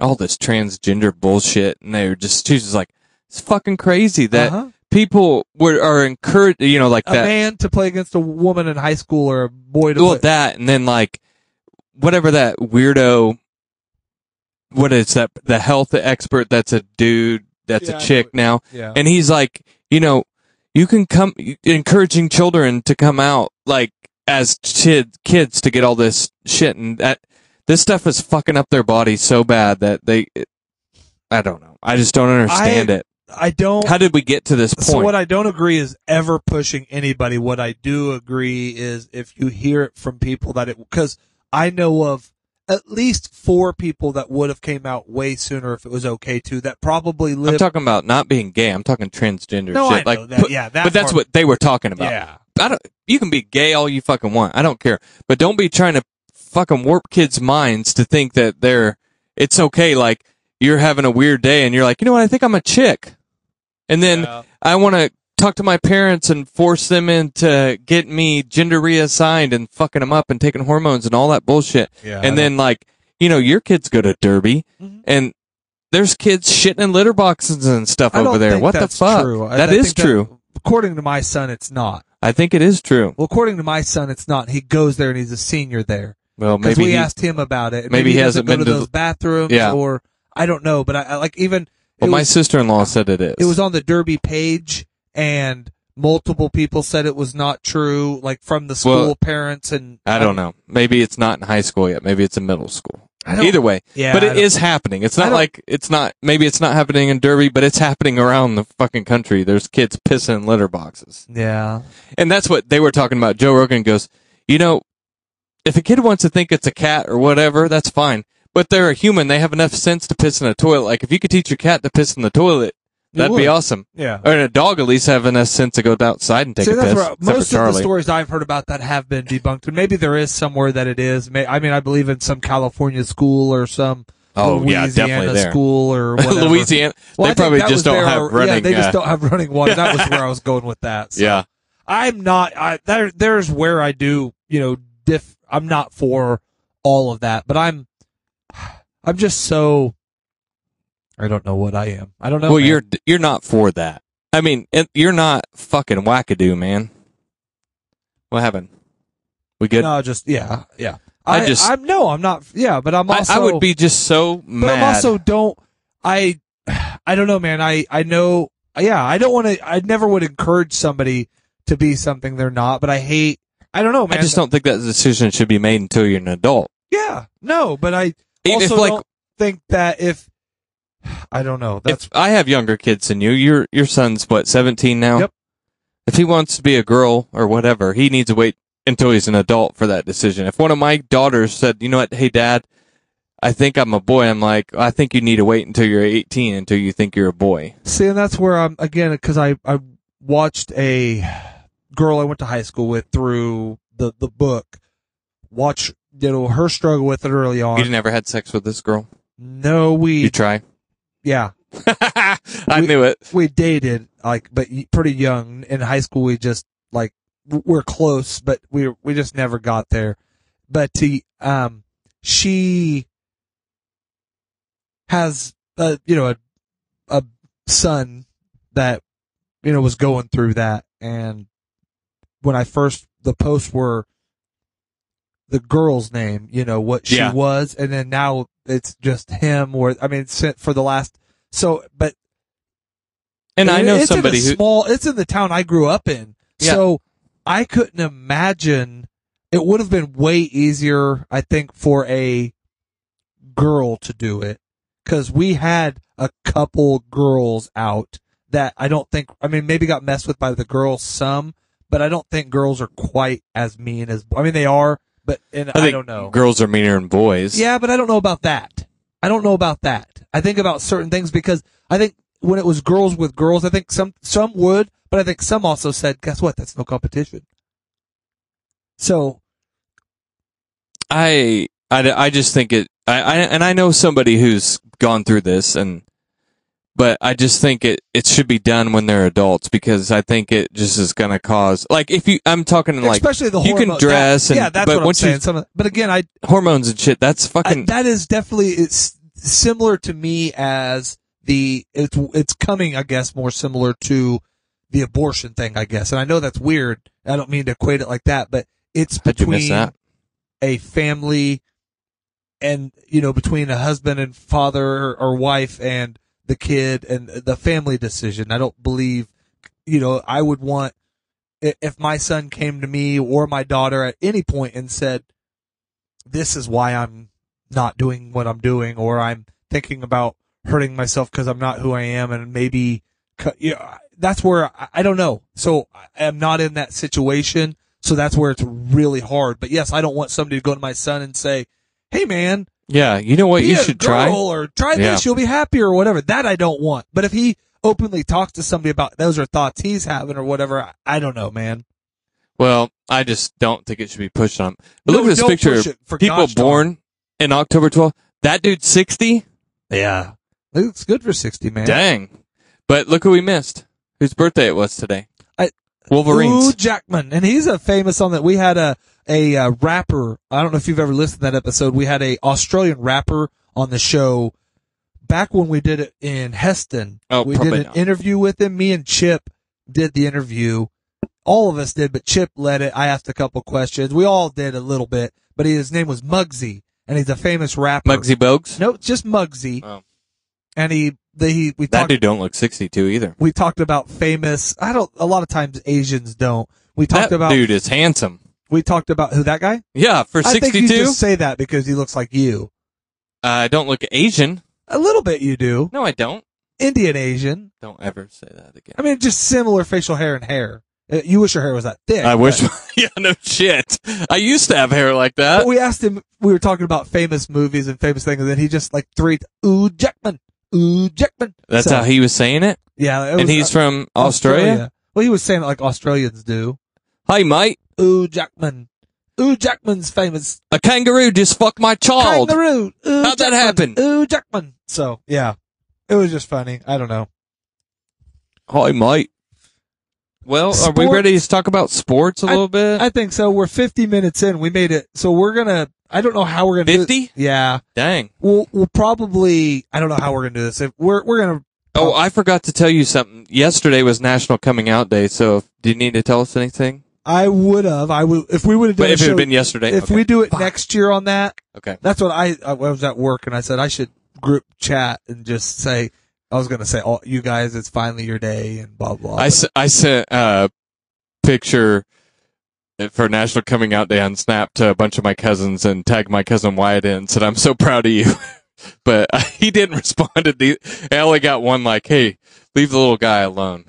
Speaker 8: all this transgender bullshit, and they were just she was just like it's fucking crazy that
Speaker 7: Uh-huh.
Speaker 8: people were are encouraged, you know, like
Speaker 7: a
Speaker 8: that.
Speaker 7: man to play against a woman in high school or a boy to
Speaker 8: well
Speaker 7: play.
Speaker 8: that and then like whatever that weirdo what is that the health expert that's a dude that's
Speaker 7: Yeah, I
Speaker 8: a
Speaker 7: know
Speaker 8: chick
Speaker 7: it.
Speaker 8: now
Speaker 7: yeah.
Speaker 8: and he's like you know you can come encouraging children to come out like as kid, kids to get all this shit and that this stuff is fucking up their body so bad that they i don't know i just don't understand
Speaker 7: I-
Speaker 8: it
Speaker 7: I don't.
Speaker 8: how did we get to this point
Speaker 7: so what I don't agree is ever pushing anybody. What I do agree is if you hear it from people that it because I know of at least four people that would have came out way sooner if it was okay to that probably
Speaker 8: i'm
Speaker 7: live.
Speaker 8: talking about not being gay i'm talking transgender
Speaker 7: No, I
Speaker 8: shit
Speaker 7: know
Speaker 8: like
Speaker 7: that.
Speaker 8: put-
Speaker 7: Yeah, that
Speaker 8: but that's
Speaker 7: part-
Speaker 8: what they were talking about
Speaker 7: yeah,
Speaker 8: I don't, you can be gay all you fucking want. I don't care. But don't be trying to fucking warp kids' minds to think that they're, it's okay. Like, you're having a weird day and you're like, you know what? I think I'm a chick. And then I want to talk to my parents and force them into getting me gender reassigned and fucking them up and taking hormones and all that bullshit.
Speaker 7: Yeah, I
Speaker 8: and then, like, you know, your kids go to Derby
Speaker 7: Mhm.
Speaker 8: and there's kids shitting in litter boxes and stuff
Speaker 7: I don't
Speaker 8: over there.
Speaker 7: think
Speaker 8: What the
Speaker 7: that's
Speaker 8: fuck?
Speaker 7: True. I-
Speaker 8: That
Speaker 7: I
Speaker 8: is
Speaker 7: think that-
Speaker 8: true.
Speaker 7: according to my son, it's not.
Speaker 8: I think it is true.
Speaker 7: Well, according to my son, it's not. He goes there and he's a senior there.
Speaker 8: Well,
Speaker 7: because
Speaker 8: maybe
Speaker 7: we
Speaker 8: he-
Speaker 7: asked him about it.
Speaker 8: maybe he hasn't
Speaker 7: doesn't go
Speaker 8: been
Speaker 7: to
Speaker 8: to
Speaker 7: those
Speaker 8: the-
Speaker 7: bathrooms,
Speaker 8: Yeah.
Speaker 7: or I don't know. But I, I like even
Speaker 8: Well,
Speaker 7: it
Speaker 8: my
Speaker 7: was-
Speaker 8: sister-in-law said it is.
Speaker 7: it was on the Derby page, and multiple people said it was not true, like from the school
Speaker 8: Well,
Speaker 7: parents and
Speaker 8: I don't know. Maybe it's not in high school yet. Maybe it's in middle school.
Speaker 7: I don't-
Speaker 8: Either way,
Speaker 7: Yeah,
Speaker 8: but
Speaker 7: I
Speaker 8: it
Speaker 7: don't-
Speaker 8: is happening. It's
Speaker 7: I
Speaker 8: not
Speaker 7: don't-
Speaker 8: like it's not. Maybe it's not happening in Derby, but it's happening around the fucking country. There's kids pissing in litter boxes,
Speaker 7: Yeah.
Speaker 8: and that's what they were talking about. Joe Rogan goes, you know, if a kid wants to think it's a cat or whatever, that's fine. But they're a human. They have enough sense to piss in a toilet. Like if you could teach your cat to piss in the toilet, that'd
Speaker 7: would.
Speaker 8: be awesome.
Speaker 7: Yeah.
Speaker 8: Or a dog at least have enough sense to go outside and take
Speaker 7: See,
Speaker 8: a piss.
Speaker 7: that's where
Speaker 8: except for
Speaker 7: most of the
Speaker 8: Charlie.
Speaker 7: stories I've heard about that have been debunked, but maybe there is somewhere that it is. May, I mean, I believe in some California school or some
Speaker 8: Oh, yeah, definitely
Speaker 7: Louisiana
Speaker 8: there. <laughs>
Speaker 7: school or whatever.
Speaker 8: Louisiana,
Speaker 7: Well, I
Speaker 8: they
Speaker 7: think
Speaker 8: probably
Speaker 7: that was
Speaker 8: just don't
Speaker 7: their-
Speaker 8: have running.
Speaker 7: Yeah, they just
Speaker 8: uh,
Speaker 7: don't have running water. That was
Speaker 8: <laughs>
Speaker 7: where I was going with that. So.
Speaker 8: Yeah.
Speaker 7: I'm not. I there. There's where I do. You know, diff. I'm not for all of that, but I'm. <sighs> I'm just so. I don't know what I am. I don't know.
Speaker 8: well,
Speaker 7: man.
Speaker 8: you're you're not for that. I mean, it, you're not fucking wackadoo, man. What happened? We good?
Speaker 7: no, just yeah, yeah.
Speaker 8: I
Speaker 7: I,
Speaker 8: just-
Speaker 7: I'm no, I'm not. Yeah, but I'm
Speaker 8: I,
Speaker 7: also.
Speaker 8: I would be just so
Speaker 7: But
Speaker 8: mad.
Speaker 7: I'm also don't. I. I don't know, man. I I know. Yeah, I don't want to. I never would encourage somebody to be something they're not. But I hate. I don't know,
Speaker 8: I
Speaker 7: man.
Speaker 8: just don't think that decision should be made until you're an adult.
Speaker 7: Yeah, no, but I
Speaker 8: If- if,
Speaker 7: also
Speaker 8: like-
Speaker 7: don't think that if I don't know, that's
Speaker 8: if I have younger kids than you, your your son's what 17 now.
Speaker 7: Yep.
Speaker 8: If he wants to be a girl or whatever, he needs to wait until he's an adult for that decision. If one of my daughters said, "You know what? Hey, Dad, I think I'm a boy," I'm like, "I think you need to wait until you're 18 until you think you're a boy."
Speaker 7: see, and that's where I'm again because I I watched a girl I went to high school with through the the book watch you know her struggle with it early on.
Speaker 8: You never had sex with this girl.
Speaker 7: no, we
Speaker 8: You try. <laughs>
Speaker 7: yeah
Speaker 8: I
Speaker 7: We-
Speaker 8: knew it.
Speaker 7: we dated like but y- pretty young in high school. We just like w- we're close, but we we just never got there. But to, um, she has a you know a a son that you know was going through that, and when I first the posts were the girl's name, you know what she
Speaker 8: Yeah.
Speaker 7: was, and then now it's just him. Or I mean, sent for the last so, but
Speaker 8: And I
Speaker 7: it-
Speaker 8: know
Speaker 7: it's
Speaker 8: somebody
Speaker 7: in a
Speaker 8: who
Speaker 7: small. It's in the town I grew up in,
Speaker 8: Yeah.
Speaker 7: so I couldn't imagine. It would have been way easier, I think, for a girl to do it because we had a couple girls out that I don't think. I mean, maybe got messed with by the girls some, but I don't think girls are quite as mean as. I mean, they are, but and I,
Speaker 8: I, think
Speaker 7: don't know.
Speaker 8: girls are meaner than boys.
Speaker 7: Yeah, but I don't know about that. I don't know about that. I think about certain things because I think when it was girls with girls, I think some some would, but I think some also said, "Guess what? That's no competition." So
Speaker 8: I, I, I just think it. I, I and I know somebody who's gone through this, and but I just think it it should be done when they're adults because I think it just is going to cause like if you I'm talking like
Speaker 7: especially the
Speaker 8: you
Speaker 7: hormone,
Speaker 8: can dress
Speaker 7: that-
Speaker 8: and
Speaker 7: yeah, that's
Speaker 8: but
Speaker 7: what I'm
Speaker 8: once
Speaker 7: saying.
Speaker 8: you
Speaker 7: Some of- but again, I,
Speaker 8: hormones and shit that's
Speaker 7: I
Speaker 8: fucking
Speaker 7: that is definitely it's similar to me as the it's it's coming, I guess, more similar to the abortion thing, I guess. And I know that's weird. I don't mean to equate it like that, but it's
Speaker 8: how'd you
Speaker 7: between
Speaker 8: miss that
Speaker 7: a family and you know between a husband and father or wife and the kid and the family decision i don't believe you know i would want i- if my son came to me or my daughter at any point and said this is why i'm not doing what i'm doing or i'm thinking about hurting myself because i'm not who i am and maybe cu- you know, that's where I, I don't know so I- i'm not in that situation so that's where it's really hard but yes i don't want somebody to go to my son and say hey man
Speaker 8: yeah you know what
Speaker 7: be
Speaker 8: you
Speaker 7: a
Speaker 8: should
Speaker 7: girl
Speaker 8: try
Speaker 7: or try
Speaker 8: Yeah.
Speaker 7: this, you'll be happier or whatever. That I don't want. But if he openly talks to somebody about those are thoughts he's having or whatever, I, I don't know, man.
Speaker 8: well I just don't think it should be pushed on but
Speaker 7: No,
Speaker 8: look at this
Speaker 7: don't
Speaker 8: picture
Speaker 7: push
Speaker 8: of
Speaker 7: it, for
Speaker 8: people
Speaker 7: gosh darn.
Speaker 8: born in October 12th that dude's 60
Speaker 7: Yeah, it's good for sixty, man.
Speaker 8: dang but look who we missed whose birthday it was today
Speaker 7: I-
Speaker 8: Wolverines
Speaker 7: Hugh Jackman, and he's a famous on that. We had a a uh, rapper. I don't know if you've ever listened to that episode. We had a Australian rapper on the show back when we did it in Heston.
Speaker 8: Oh,
Speaker 7: we did
Speaker 8: probably
Speaker 7: an
Speaker 8: not.
Speaker 7: interview with him. Me and Chip did the interview. All of us did, but Chip led it. I asked a couple questions. We all did a little bit, but his name was Muggsy, and he's a famous rapper.
Speaker 8: Muggsy Bogues.
Speaker 7: No, just Muggsy.
Speaker 8: Oh.
Speaker 7: And he, the, he, we
Speaker 8: That
Speaker 7: talked
Speaker 8: dude don't look 62 either.
Speaker 7: we talked about famous. I don't. A lot of times Asians don't. We talked
Speaker 8: that
Speaker 7: about.
Speaker 8: dude is handsome.
Speaker 7: We talked about who that guy.
Speaker 8: Yeah, for
Speaker 7: I think you
Speaker 8: 62.
Speaker 7: just say that because he looks like you.
Speaker 8: I Uh, don't look Asian.
Speaker 7: A little bit you do.
Speaker 8: No, I don't.
Speaker 7: Indian Asian.
Speaker 8: Don't ever say that again.
Speaker 7: I mean, just similar facial hair and hair. Uh, You wish your hair was that thick.
Speaker 8: I wish.
Speaker 7: but-
Speaker 8: <laughs> yeah, no shit. I used to have hair like that.
Speaker 7: But we asked him. We were talking about famous movies and famous things, and then he just like three. Ooh, Jackman. Ooh, Jackman.
Speaker 8: That's
Speaker 7: So,
Speaker 8: how he was saying it.
Speaker 7: Yeah, it
Speaker 8: And
Speaker 7: was,
Speaker 8: he's
Speaker 7: uh,
Speaker 8: from Australia.
Speaker 7: Well, he was saying it like Australians do.
Speaker 8: Hey, mate,
Speaker 7: Ooh, Jackman. Ooh, Jackman's famous.
Speaker 8: a kangaroo just fucked my child.
Speaker 7: Kangaroo. Ooh,
Speaker 8: How'd that
Speaker 7: Jackman.
Speaker 8: happen?
Speaker 7: Ooh, Jackman. So yeah, it was just funny. I don't know.
Speaker 8: Hi, mate. Well, are we
Speaker 7: Sports.
Speaker 8: ready to talk about sports a little bit?
Speaker 7: I think so. We're 50 minutes in. We made it. So we're gonna. I don't know how we're gonna. do it.
Speaker 8: 50?
Speaker 7: Yeah.
Speaker 8: Dang.
Speaker 7: We'll we'll probably. I don't know how we're gonna do this. If we're we're gonna.
Speaker 8: Oh, I forgot to tell you something. Yesterday was National Coming Out Day, so if, do you need to tell us anything?
Speaker 7: I would have. I would if we would have done.
Speaker 8: But
Speaker 7: a
Speaker 8: if it
Speaker 7: show-
Speaker 8: had been yesterday,
Speaker 7: if
Speaker 8: okay.
Speaker 7: we do it next year on that,
Speaker 8: okay.
Speaker 7: that's what I, I was at work and I said I should group chat and just say I was gonna say, oh, you guys, it's finally your day and blah blah.
Speaker 8: I, s- I sent a picture for National Coming Out Day on Snap to a bunch of my cousins and tagged my cousin Wyatt in and said, I'm so proud of you. <laughs> but he didn't respond to the. I only got one, like, hey, leave the little guy alone.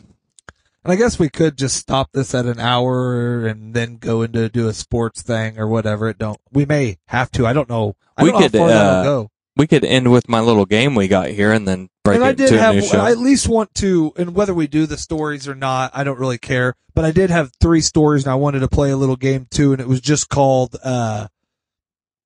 Speaker 7: and I guess we could just stop this at an hour and then go into do a sports thing or whatever. It don't. We may have to. I don't know. I
Speaker 8: We
Speaker 7: don't know
Speaker 8: could,
Speaker 7: how far that'll
Speaker 8: uh,
Speaker 7: go.
Speaker 8: We could end with my little game we got here and then break
Speaker 7: and
Speaker 8: it
Speaker 7: I did
Speaker 8: to
Speaker 7: have.
Speaker 8: a new show.
Speaker 7: I at least want to, and whether we do the stories or not, I don't really care. But I did have three stories, and I wanted to play a little game too, and it was just called. uh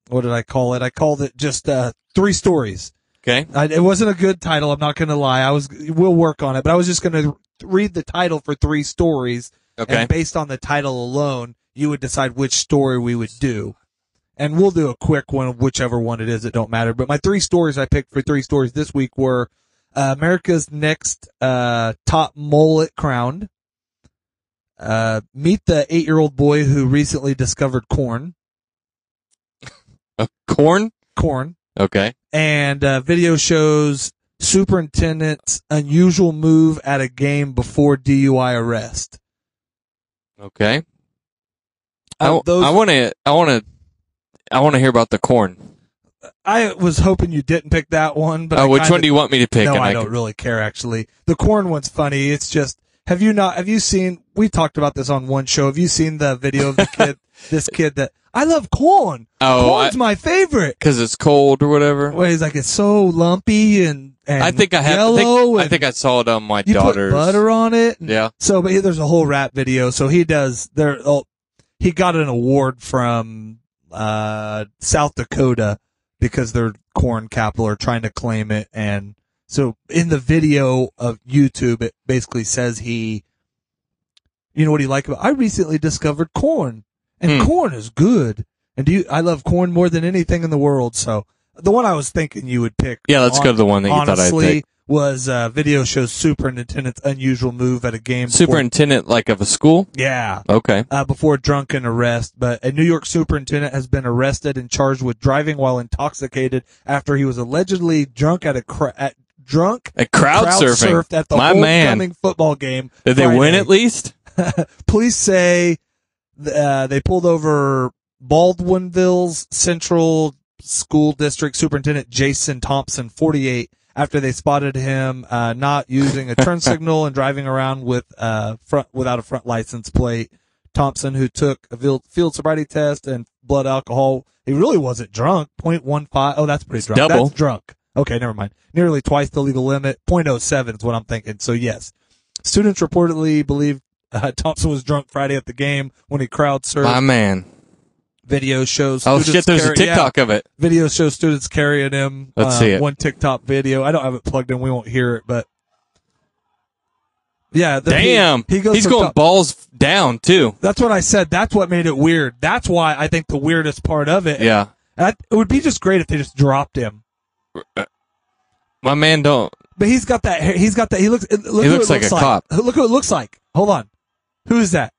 Speaker 7: What did I call it? I called it just uh three stories.
Speaker 8: okay.
Speaker 7: I, it wasn't a good title. I'm not going to lie. I was. We'll work on it, but I was just going to read the title for three stories,
Speaker 8: Okay.
Speaker 7: and based on the title alone, you would decide which story we would do. And we'll do a quick one of whichever one it is. It don't matter. But my three stories I picked for three stories this week were uh, America's next uh, top mullet crowned. Uh, meet the eight-year-old boy who recently discovered corn.
Speaker 8: A corn?
Speaker 7: Corn.
Speaker 8: Okay.
Speaker 7: and uh, video shows superintendent's unusual move at a game before DUI arrest.
Speaker 8: Okay. I,
Speaker 7: Uh, those, I,
Speaker 8: want to. I want to. I want to hear about the corn.
Speaker 7: was hoping you didn't pick that one, but
Speaker 8: oh,
Speaker 7: I
Speaker 8: which
Speaker 7: kinda-
Speaker 8: one do you want me to pick?
Speaker 7: No,
Speaker 8: And
Speaker 7: I,
Speaker 8: I
Speaker 7: don't
Speaker 8: can-
Speaker 7: really care actually. The corn one's funny. It's just have you not have you seen? We talked about this on one show. Have you seen the video of
Speaker 8: <laughs>
Speaker 7: the kid? this kid that I love corn.
Speaker 8: Oh,
Speaker 7: Corn's my favorite.
Speaker 8: because it's cold or whatever.
Speaker 7: Where he's like it's so lumpy and, and
Speaker 8: I think I have. I
Speaker 7: yellow.
Speaker 8: think, I
Speaker 7: and-
Speaker 8: think I saw it on my
Speaker 7: you
Speaker 8: daughter's.
Speaker 7: put butter on it. and-
Speaker 8: Yeah.
Speaker 7: So, but yeah, there's a whole rap video. So he does there. Oh, he got an award from uh, South Dakota because they're corn capital or trying to claim it. And so in the video of YouTube, it basically says he, you know what he like about? I recently discovered corn, and
Speaker 8: Hmm.
Speaker 7: corn is good. And do you? I love corn more than anything in the world. So the one I was thinking you would pick.
Speaker 8: Yeah, let's
Speaker 7: on-
Speaker 8: go to the one that you thought I'd
Speaker 7: honestly
Speaker 8: pick.
Speaker 7: was uh, video shows superintendent's unusual move at a game. before-
Speaker 8: Superintendent, like of a school.
Speaker 7: yeah,
Speaker 8: Okay.
Speaker 7: uh, before a drunken arrest. But a New York superintendent has been arrested and charged with driving while intoxicated after he was allegedly drunk at a cra- at drunk
Speaker 8: A crowd, surfing.
Speaker 7: surfed at the
Speaker 8: my man.
Speaker 7: homecoming football game.
Speaker 8: Did they win
Speaker 7: Friday.
Speaker 8: at least?
Speaker 7: Police say uh, they pulled over Baldwinville's Central School District Superintendent Jason Thompson, 48, after they spotted him uh, not using a turn signal and driving around with uh, front without a front license plate. Thompson, who took a vil- field sobriety test and blood alcohol, he really wasn't drunk. 0.15. Oh, that's pretty drunk.
Speaker 8: double.
Speaker 7: That's drunk. Okay, never mind. Nearly twice the legal limit. 0.07 is what I'm thinking. So yes, students reportedly believe uh, Thompson was drunk Friday at the game when he crowd surfed.
Speaker 8: My man.
Speaker 7: video shows.
Speaker 8: Oh
Speaker 7: students
Speaker 8: shit! There's a
Speaker 7: carry- yeah,
Speaker 8: TikTok of it.
Speaker 7: video shows students carrying him. uh,
Speaker 8: Let's see it.
Speaker 7: One TikTok video. I don't have it plugged in. We won't hear it, but yeah. the- he-
Speaker 8: Damn.
Speaker 7: he, goes.
Speaker 8: He's
Speaker 7: from
Speaker 8: going
Speaker 7: top-
Speaker 8: balls down too.
Speaker 7: That's what I said. That's what made it weird. That's why I think the weirdest part of it.
Speaker 8: Yeah.
Speaker 7: And I, it would be just great if they just dropped him.
Speaker 8: My man, don't.
Speaker 7: But he's got that. hair- He's got that. He looks. Look who it
Speaker 8: looks like a cop.
Speaker 7: Look who it looks like. Hold on. Who is that?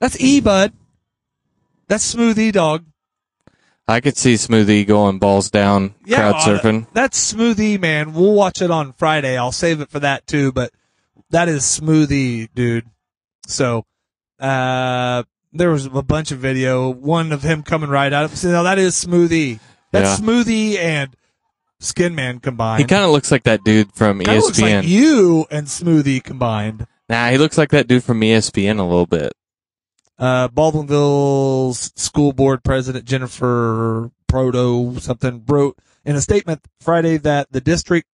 Speaker 7: That's E Bud. That's Smooth E Dog.
Speaker 8: I could see Smoothie going balls down, crowd
Speaker 7: uh,
Speaker 8: surfing.
Speaker 7: That's Smoothie, man. We'll watch it on Friday. I'll save it for that too, but that is Smoothie, dude. So, uh, there was a bunch of video. One of him coming right out. So now that is Smoothie. That's
Speaker 8: Yeah.
Speaker 7: Smoothie and Skin Man combined.
Speaker 8: He kind of looks like that dude from E
Speaker 7: Kinda
Speaker 8: ESPN.
Speaker 7: looks like E- you and Smoothie combined.
Speaker 8: nah, he looks like that dude from E ESPN a little bit.
Speaker 7: Uh, Baldwinville's school board president Jennifer Proto something wrote in a statement Friday that the district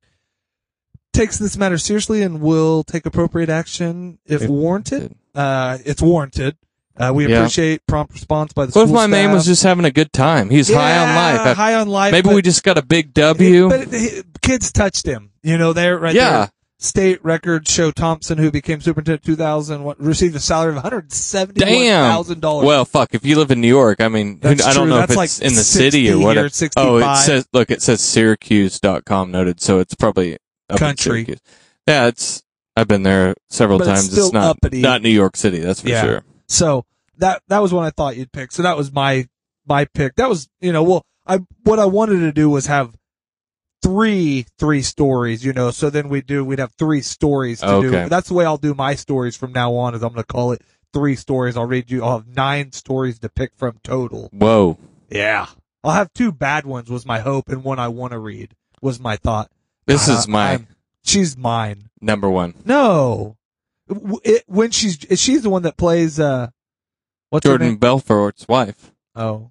Speaker 7: takes this matter seriously and will take appropriate action if warranted. Uh, it's warranted. Uh, we
Speaker 8: Yeah.
Speaker 7: appreciate prompt response by the
Speaker 8: What if
Speaker 7: school
Speaker 8: my man was
Speaker 7: staff.
Speaker 8: just having a good time? He's high on
Speaker 7: Yeah,
Speaker 8: life.
Speaker 7: high on life.
Speaker 8: Maybe
Speaker 7: but-
Speaker 8: we just got a big W.
Speaker 7: But it- it- kids touched him. You know, there right
Speaker 8: Yeah.
Speaker 7: there. State record show Thompson, who became superintendent in 2000, what, received a salary of 171000
Speaker 8: Damn.
Speaker 7: dollars.
Speaker 8: Well, fuck. If you live in New York, I mean, who-
Speaker 7: That's
Speaker 8: I don't
Speaker 7: true.
Speaker 8: know
Speaker 7: That's
Speaker 8: if
Speaker 7: like
Speaker 8: it's in the city
Speaker 7: 60
Speaker 8: or
Speaker 7: or
Speaker 8: whatever. oh, it
Speaker 7: 65.
Speaker 8: says look, it says Syracuse.com noted, so it's probably up in
Speaker 7: Country.
Speaker 8: Syracuse. Yeah, it's. I've been there several
Speaker 7: But it's
Speaker 8: times.
Speaker 7: still
Speaker 8: not
Speaker 7: uppity.
Speaker 8: not New York City. That's for
Speaker 7: Yeah.
Speaker 8: sure.
Speaker 7: so that that was one I thought you'd pick. So that was my my pick. That was you know well I what I wanted to do was have three three stories. You know, so then we do we'd have three stories to
Speaker 8: Okay.
Speaker 7: do. That's the way I'll do my stories from now on. Is I'm going to call it three stories. I'll read you. I'll have nine stories to pick from total.
Speaker 8: Whoa.
Speaker 7: Yeah. I'll have two bad ones was my hope and one I want to read was my thought.
Speaker 8: This
Speaker 7: Uh,
Speaker 8: is my
Speaker 7: I'm- she's mine.
Speaker 8: number one.
Speaker 7: No. W- It, when she's she's the one that plays uh what's her
Speaker 8: Jordan
Speaker 7: name?
Speaker 8: Belfort's wife.
Speaker 7: Oh.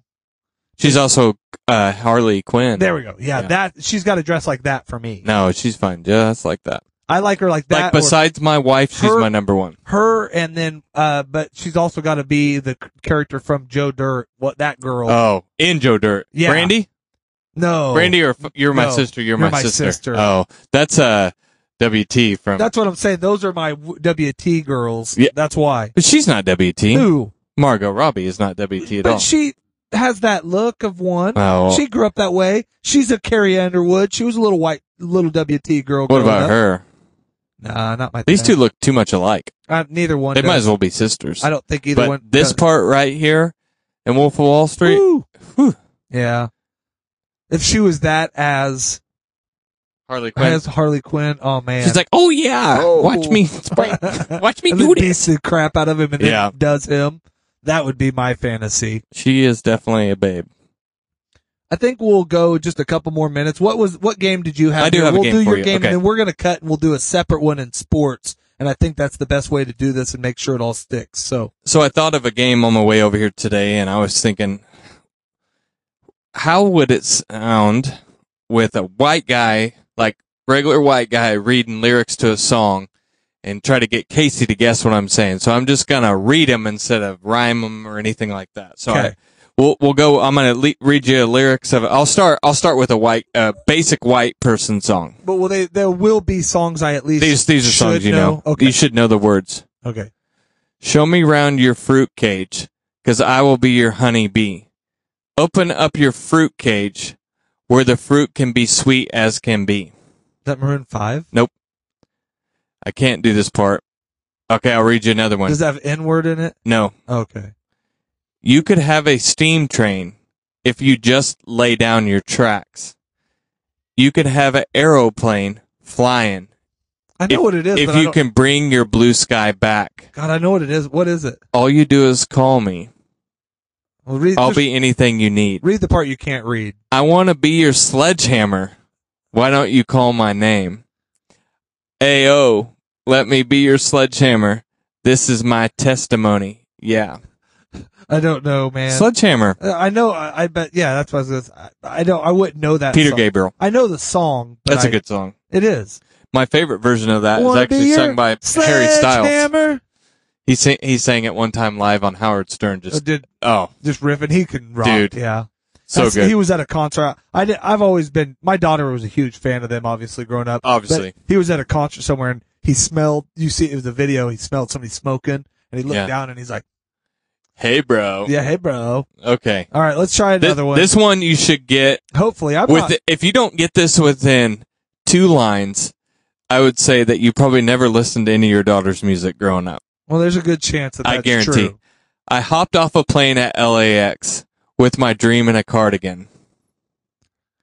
Speaker 8: She's also uh, Harley Quinn.
Speaker 7: There we go. Yeah,
Speaker 8: Yeah.
Speaker 7: that she's got a dress like that for me.
Speaker 8: No, she's fine. Just like that.
Speaker 7: I like her like that.
Speaker 8: like
Speaker 7: or
Speaker 8: besides my wife, she's
Speaker 7: her-
Speaker 8: my number one.
Speaker 7: her and then uh but she's also got to be the c- character from Joe Dirt, what that girl.
Speaker 8: Oh, and Joe Dirt.
Speaker 7: Yeah.
Speaker 8: Brandy?
Speaker 7: no.
Speaker 8: Brandy or f- you're my
Speaker 7: Oh. No.
Speaker 8: sister, you're, my,
Speaker 7: You're My
Speaker 8: sister.
Speaker 7: Sister.
Speaker 8: Oh, that's uh WT from
Speaker 7: That's what I'm saying. Those are my w- WT girls.
Speaker 8: Yeah.
Speaker 7: That's why.
Speaker 8: But she's not WT.
Speaker 7: Ooh.
Speaker 8: Margot Robbie is not WT at
Speaker 7: but
Speaker 8: all.
Speaker 7: she has that look of one.
Speaker 8: Oh, well,
Speaker 7: She grew up that way. She's a Carrie Underwood. She was a little white, little WT girl.
Speaker 8: what
Speaker 7: growing
Speaker 8: about
Speaker 7: up.
Speaker 8: her?
Speaker 7: Nah, not my.
Speaker 8: These two
Speaker 7: thing.
Speaker 8: look too much alike.
Speaker 7: Uh, neither one.
Speaker 8: They might
Speaker 7: does.
Speaker 8: as well be sisters.
Speaker 7: I don't think either
Speaker 8: but
Speaker 7: one.
Speaker 8: this
Speaker 7: does.
Speaker 8: part right here in Wolf of Wall Street,
Speaker 7: Woo.
Speaker 8: Whew.
Speaker 7: Yeah. If she was that as
Speaker 8: Harley Quinn.
Speaker 7: as Harley Quinn, oh man,
Speaker 8: she's like, "Oh yeah, watch me,
Speaker 7: Oh.
Speaker 8: <laughs> watch
Speaker 7: <laughs>
Speaker 8: me
Speaker 7: and
Speaker 8: do
Speaker 7: then
Speaker 8: this."
Speaker 7: beats the crap out of him and
Speaker 8: Yeah.
Speaker 7: then does him. That would be my fantasy.
Speaker 8: She is definitely a babe.
Speaker 7: I think we'll go just a couple more minutes. What was what game did you have?
Speaker 8: I do
Speaker 7: here?
Speaker 8: have a
Speaker 7: we'll
Speaker 8: game
Speaker 7: do
Speaker 8: for
Speaker 7: your
Speaker 8: you.
Speaker 7: game,
Speaker 8: Okay.
Speaker 7: and then we're gonna cut and we'll do a separate one in sports. And I think that's the best way to do this and make sure it all sticks. So
Speaker 8: So I thought of a game on my way over here today, and I was thinking, how would it sound with a white guy, like regular white guy, reading lyrics to a song, and try to get Casey to guess what I'm saying? So I'm just gonna read them instead of rhyme them or anything like that. So I,
Speaker 7: Okay.
Speaker 8: we'll we'll go. I'm gonna le- read you lyrics of. I'll start. I'll start with a white, uh, basic white person song.
Speaker 7: But will they? There will be songs I at least
Speaker 8: These these are songs
Speaker 7: should
Speaker 8: you know.
Speaker 7: Okay.
Speaker 8: You should know the words.
Speaker 7: okay.
Speaker 8: Show me round your fruit cage, 'cause I will be your honey bee. Open up your fruit cage, where the fruit can be sweet as can be.
Speaker 7: Is that Maroon Five?
Speaker 8: I can't do this part. Okay, I'll read you another one.
Speaker 7: Does that have N word in it?
Speaker 8: no.
Speaker 7: Okay.
Speaker 8: You could have a steam train if you just lay down your tracks. You could have an aeroplane flying
Speaker 7: I know
Speaker 8: If-
Speaker 7: what it is.
Speaker 8: if
Speaker 7: but I
Speaker 8: you
Speaker 7: don't-
Speaker 8: can bring your blue sky back.
Speaker 7: God, I know what it is. What is it?
Speaker 8: All you do is call me.
Speaker 7: Well, read,
Speaker 8: I'll
Speaker 7: just
Speaker 8: be anything you need.
Speaker 7: read the part you can't read.
Speaker 8: I want to be your sledgehammer. Why don't you call my name? AO, let me be your sledgehammer. This is my testimony. Yeah.
Speaker 7: I don't know, man.
Speaker 8: Sledgehammer.
Speaker 7: Uh, I know. I, I bet. Yeah, that's what I was. Gonna, I, I know. I wouldn't know that.
Speaker 8: Peter
Speaker 7: song.
Speaker 8: Gabriel.
Speaker 7: I know the song. But
Speaker 8: That's a
Speaker 7: I-
Speaker 8: good song.
Speaker 7: It is.
Speaker 8: My favorite version of that is
Speaker 7: Wanna be
Speaker 8: actually
Speaker 7: your
Speaker 8: sung by Harry Styles.
Speaker 7: sledgehammer?
Speaker 8: He sang, he sang it one time live on Howard Stern.
Speaker 7: Oh,
Speaker 8: Just
Speaker 7: did
Speaker 8: oh,
Speaker 7: just riffing. He can rock.
Speaker 8: Dude.
Speaker 7: Yeah.
Speaker 8: so
Speaker 7: That's-
Speaker 8: good.
Speaker 7: He was at a concert. I did, I've always been. My daughter was a huge fan of them. Obviously, growing up.
Speaker 8: Obviously.
Speaker 7: But he was at a concert somewhere, and he smelled. You see, it was a video. He smelled somebody smoking, and he looked
Speaker 8: Yeah.
Speaker 7: down, and he's like,
Speaker 8: hey, bro.
Speaker 7: "Yeah, hey, bro.
Speaker 8: Okay.
Speaker 7: All right, let's try
Speaker 8: Thi-
Speaker 7: another one.
Speaker 8: This one you should get
Speaker 7: Hopefully, I'm
Speaker 8: with
Speaker 7: not.
Speaker 8: if you don't get this within two lines, I would say that you probably never listened to any of your daughter's music growing up.
Speaker 7: well, there's a good chance that that's
Speaker 8: I guarantee.
Speaker 7: true.
Speaker 8: I hopped off a plane at LAX with my dream in a cardigan.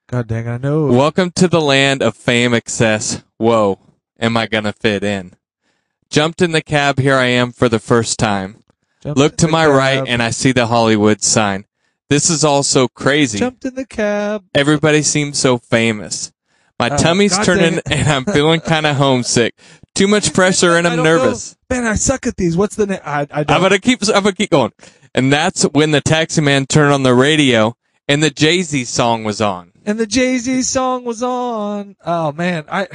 Speaker 7: God dang, I know.
Speaker 8: Welcome to the land of fame, excess. Whoa, am I gonna fit in? Jumped in the cab, here I am for the first time.
Speaker 7: Jumped
Speaker 8: Look
Speaker 7: in
Speaker 8: to
Speaker 7: the
Speaker 8: my
Speaker 7: cab.
Speaker 8: right and I see the Hollywood sign. This is all so crazy.
Speaker 7: jumped in the cab.
Speaker 8: Everybody seems so famous. My tummy's
Speaker 7: Uh, God dang
Speaker 8: turning
Speaker 7: it.
Speaker 8: and I'm feeling kind
Speaker 7: <laughs>
Speaker 8: of homesick. Too much pressure and
Speaker 7: I
Speaker 8: I'm
Speaker 7: don't know.
Speaker 8: nervous.
Speaker 7: Man, I suck at these. What's the name? I, I
Speaker 8: I'm
Speaker 7: don't.
Speaker 8: gonna keep. I'm gonna keep going. And that's when the taxi man turned on the radio and the Jay Z song was on.
Speaker 7: and the Jay Z song was on. Oh man, I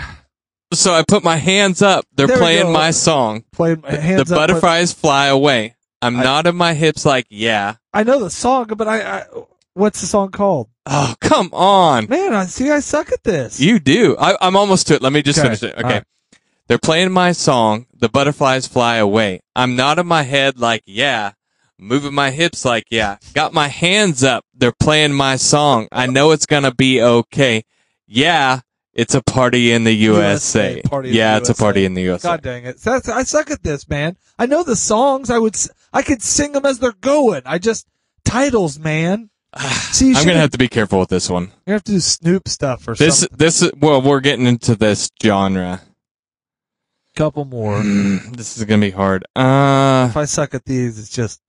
Speaker 8: So I put my hands up. They're
Speaker 7: There we go.
Speaker 8: playing my song.
Speaker 7: played my hands
Speaker 8: the
Speaker 7: up, but
Speaker 8: butterflies fly away. I'm nodding my hips like, yeah.
Speaker 7: I know the song, but I, I. What's the song called?
Speaker 8: Oh, come on.
Speaker 7: Man, I see. I suck at this.
Speaker 8: You do. I, I'm almost to it. Let me just
Speaker 7: Okay.
Speaker 8: finish it. Okay.
Speaker 7: All right.
Speaker 8: They're playing my song, The Butterflies Fly Away. I'm nodding my head like, yeah. Moving my hips like, yeah. Got my hands up. They're playing my song. I know it's going to be okay. Yeah. It's a party in the USA.
Speaker 7: Party in the
Speaker 8: yeah, it's a
Speaker 7: USA.
Speaker 8: party in the USA.
Speaker 7: God dang it! That's, I suck at this, man. I know the songs. I would. s- I could sing them as they're going. I just titles, man.
Speaker 8: <sighs>
Speaker 7: See, you
Speaker 8: I'm going
Speaker 7: should-
Speaker 8: to have to be careful with this one.
Speaker 7: You have to do Snoop stuff or
Speaker 8: This,
Speaker 7: some
Speaker 8: this, well, we're getting into this genre. Mm,
Speaker 7: couple more.
Speaker 8: This is going to be hard. Uh,
Speaker 7: if I suck at these, it's just.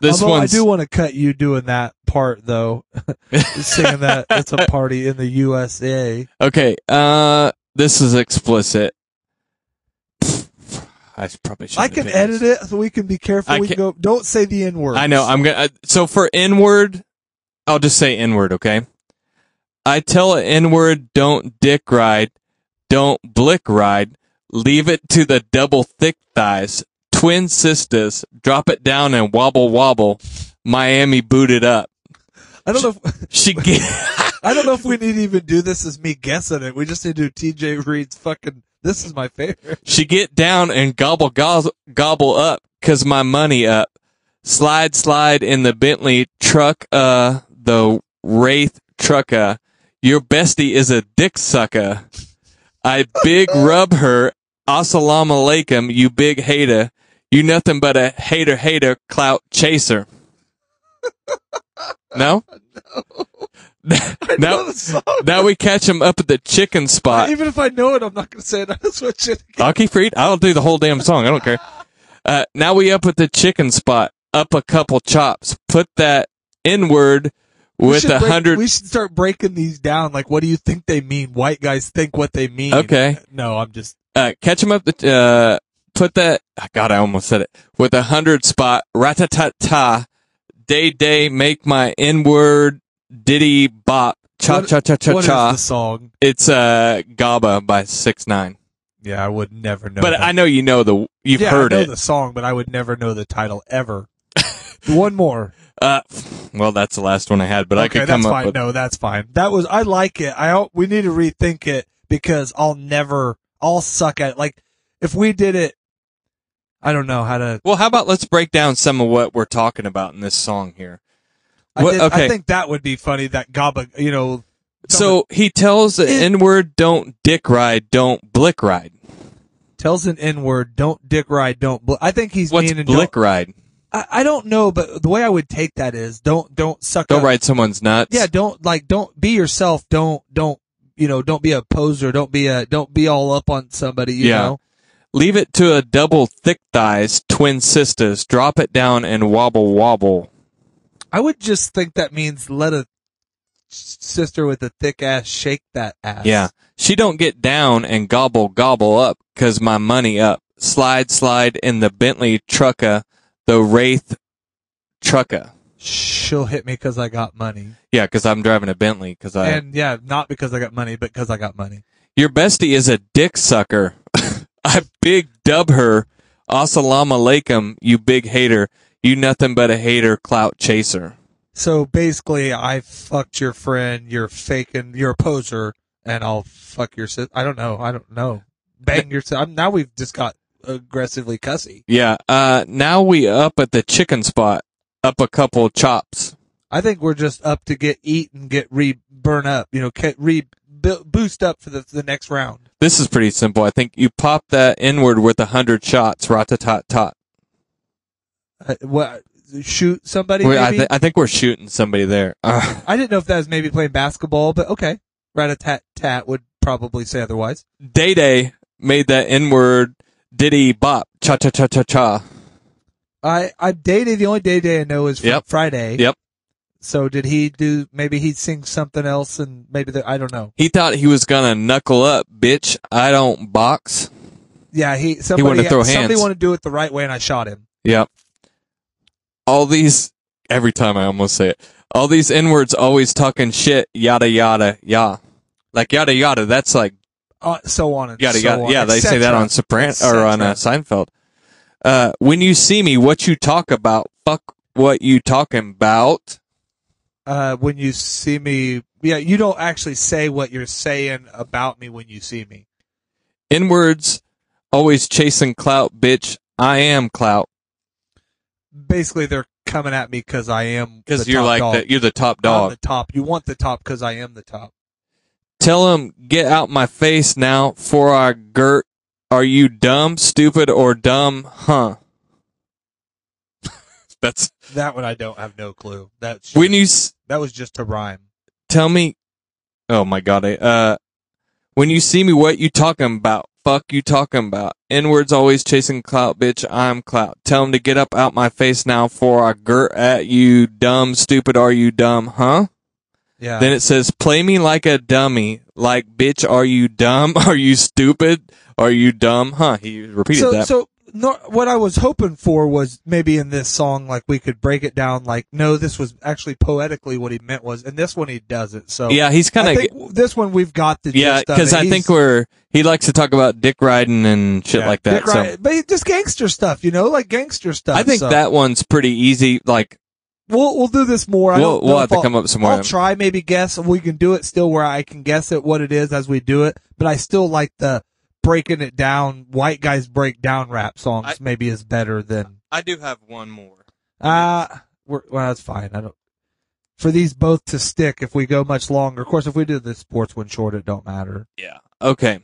Speaker 8: this
Speaker 7: Although I
Speaker 8: one's,
Speaker 7: do want to cut you doing that part though, <laughs> singing that it's a party in the USA.
Speaker 8: Okay, uh, this is explicit. I probably should.
Speaker 7: I can edit it so we can be careful.
Speaker 8: I
Speaker 7: we can
Speaker 8: can-
Speaker 7: go. Don't say the N word.
Speaker 8: I know. I'm gonna. I, so for inward, I'll just say inward. Okay. I tell an inward, don't dick ride, don't blick ride, leave it to the double thick thighs, twin sisters, drop it down and wobble wobble, Miami booted up.
Speaker 7: I don't know. If, <laughs>
Speaker 8: She get,
Speaker 7: I don't know if we need to even do this as me guessing it. We just need to do TJ Reed's fucking. This is my favorite.
Speaker 8: She get down and gobble gobble, gobble up, 'cause my money up. Slide slide in the Bentley truck uh the Wraith trucker. Your bestie is a dick sucker. I
Speaker 7: <laughs>
Speaker 8: big rub her. Assalamu alaikum, you big hater. You nothing but a hater hater clout
Speaker 7: <laughs>
Speaker 8: chaser. No?
Speaker 7: <laughs> I know
Speaker 8: now,
Speaker 7: the song.
Speaker 8: now we catch him up at the chicken spot.
Speaker 7: even if I know it, I'm not going to say it. <laughs> I just want you to get-
Speaker 8: I'll keep reading. I'll do the whole damn song. I don't care. Uh, now we up at the chicken spot. Up a couple chops. Put that inward
Speaker 7: We
Speaker 8: with
Speaker 7: should
Speaker 8: a
Speaker 7: break-
Speaker 8: hundred.
Speaker 7: We should start breaking these down. Like, what do you think they mean? White guys think what they mean.
Speaker 8: Okay.
Speaker 7: No, I'm just.
Speaker 8: Uh, catch him up. The, uh, put that. ah, God, I almost said it. With a hundred spot. Ratatata. Day day. Make my inward. Diddy bop. Cha
Speaker 7: What-
Speaker 8: cha cha cha
Speaker 7: what is
Speaker 8: cha.
Speaker 7: the song?
Speaker 8: It's uh Gaba by Six Nine.
Speaker 7: Yeah, I would never know.
Speaker 8: But
Speaker 7: that.
Speaker 8: I know you know the. You've
Speaker 7: yeah,
Speaker 8: heard
Speaker 7: I know
Speaker 8: it.
Speaker 7: the song, but I would never know the title ever. <laughs> One more.
Speaker 8: Uh, well, that's the last one I had. But I
Speaker 7: okay,
Speaker 8: could come
Speaker 7: that's
Speaker 8: up
Speaker 7: fine.
Speaker 8: with.
Speaker 7: No, that's fine. That was I like it. I don't- we need to rethink it because I'll never I'll suck at it. Like if we did it, I don't know how to.
Speaker 8: Well, how about let's break down some of what we're talking about in this song here.
Speaker 7: I,
Speaker 8: What-
Speaker 7: did, I
Speaker 8: okay.
Speaker 7: think that would be funny. That gaba, you know.
Speaker 8: So he tells the
Speaker 7: It-
Speaker 8: N word, don't dick ride, don't blick ride.
Speaker 7: tells an N word, don't dick ride, don't. Bl-. I think he's
Speaker 8: What's
Speaker 7: meaning
Speaker 8: blick
Speaker 7: Don't,
Speaker 8: ride?
Speaker 7: I, I don't know, but the way I would take that is don't don't suck.
Speaker 8: Don't
Speaker 7: up.
Speaker 8: ride someone's nuts.
Speaker 7: Yeah, don't like don't be yourself. Don't don't you know? Don't be a poser. Don't be a don't be all up on somebody. You
Speaker 8: Yeah.
Speaker 7: know.
Speaker 8: Leave it to a double thick thighs, twin sisters. Drop it down and wobble wobble.
Speaker 7: I would just think that means let a s- sister with a thick ass shake that ass.
Speaker 8: Yeah. She don't get down and gobble gobble up, 'cause my money up. Slide slide in the Bentley trucka, the Wraith trucka.
Speaker 7: She'll hit me because I got money,
Speaker 8: Yeah, 'cause I'm driving a Bentley 'cause I
Speaker 7: and yeah, not because I got money, but because I got money.
Speaker 8: Your bestie is a dick sucker. <laughs> I big dub her. Assalamu alaikum, you big hater. You nothing but a hater clout chaser.
Speaker 7: So basically, I fucked your friend. You're faking. You're a poser, and I'll fuck your sis. I don't know. I don't know. Bang your. si- I'm, now we've just got aggressively cussy.
Speaker 8: Yeah, uh, now we up at the chicken spot. Up a couple chops.
Speaker 7: I think we're just up to get eat and get re burn up. You know, get re bu- boost up for the the next round.
Speaker 8: This is pretty simple. I think you pop that inward with a hundred shots. Ratatat tot.
Speaker 7: Uh, what shoot somebody?
Speaker 8: Wait, I,
Speaker 7: maybe?
Speaker 8: th- I think we're shooting somebody there. Uh,
Speaker 7: I didn't know if that was maybe playing basketball, but okay. Rat a tat tat would probably say otherwise.
Speaker 8: Day Day made that inward diddy bop. Cha cha cha cha cha.
Speaker 7: I I day day the only day day I know is fr-
Speaker 8: Yep.
Speaker 7: Friday.
Speaker 8: Yep.
Speaker 7: So did he do? Maybe he sings something else, and maybe the, I don't know.
Speaker 8: He thought he was gonna knuckle up, bitch. I don't box.
Speaker 7: Yeah, he. Somebody,
Speaker 8: wanted to throw
Speaker 7: somebody
Speaker 8: hands.
Speaker 7: wanted to do it the right way, and I shot him.
Speaker 8: Yep. All these every time I almost say it. All these N words always talking shit. Yada yada yeah. Like yada yada. That's like
Speaker 7: Uh, so on and
Speaker 8: yada
Speaker 7: so
Speaker 8: yada.
Speaker 7: on,
Speaker 8: yeah,
Speaker 7: et
Speaker 8: they say that
Speaker 7: cetera,
Speaker 8: on Sopran
Speaker 7: et
Speaker 8: or on uh,
Speaker 7: cetera.
Speaker 8: Seinfeld. Uh, when you see me, what you talk about? Fuck what you talking about?
Speaker 7: Uh, when you see me, yeah, you don't actually say what you're saying about me when you see me.
Speaker 8: N words always chasing clout, bitch. I am clout
Speaker 7: Basically, they're coming at me because I am
Speaker 8: because
Speaker 7: the
Speaker 8: you're
Speaker 7: top
Speaker 8: like
Speaker 7: dog.
Speaker 8: the, you're the top
Speaker 7: I'm
Speaker 8: dog.
Speaker 7: the top. You want the top because I am the top.
Speaker 8: Tell him, get out my face now for our girt. Are you dumb, stupid, or dumb? Huh? <laughs> That's
Speaker 7: That one I don't have no clue. That's
Speaker 8: when you s-
Speaker 7: that was just a rhyme.
Speaker 8: tell me. Oh my god! I, uh, when you see me, what you talking about? Fuck you talking about? N words always chasing clout, bitch. I'm clout. Tell him to get up out my face now for I girt at you, dumb, stupid. Are you dumb? Huh?
Speaker 7: Yeah.
Speaker 8: Then it says, "Play me like a dummy, like bitch. Are you dumb? <laughs> Are you stupid? Are you dumb? Huh?" He repeated
Speaker 7: so
Speaker 8: that.
Speaker 7: so nor, what I was hoping for was maybe in this song like we could break it down like no this was actually poetically what he meant was and this one he does it so
Speaker 8: yeah, he's kind
Speaker 7: I
Speaker 8: of
Speaker 7: think w- this one we've got the
Speaker 8: yeah,
Speaker 7: gist of
Speaker 8: because
Speaker 7: it.
Speaker 8: I
Speaker 7: He's-
Speaker 8: think we're he likes to talk about dick riding and shit
Speaker 7: yeah,
Speaker 8: like that.
Speaker 7: Dick
Speaker 8: so
Speaker 7: Ryan- but it- just gangster stuff you know like gangster stuff
Speaker 8: I think
Speaker 7: so.
Speaker 8: that one's pretty easy. Like
Speaker 7: we'll we'll do this more I
Speaker 8: we'll
Speaker 7: don't know
Speaker 8: we'll
Speaker 7: if
Speaker 8: have to
Speaker 7: I'll-
Speaker 8: come up some more.
Speaker 7: I'll try maybe guess if we can do it still where I can guess it what it is as we do it but I still like the breaking it down white guys break down rap songs
Speaker 8: I-
Speaker 7: maybe is better than
Speaker 8: I do have one more.
Speaker 7: Uh we're, well, that's fine. I don't. For these both to stick, if we go much longer, of course, if we do the sports one short, it don't matter.
Speaker 8: Yeah. Okay.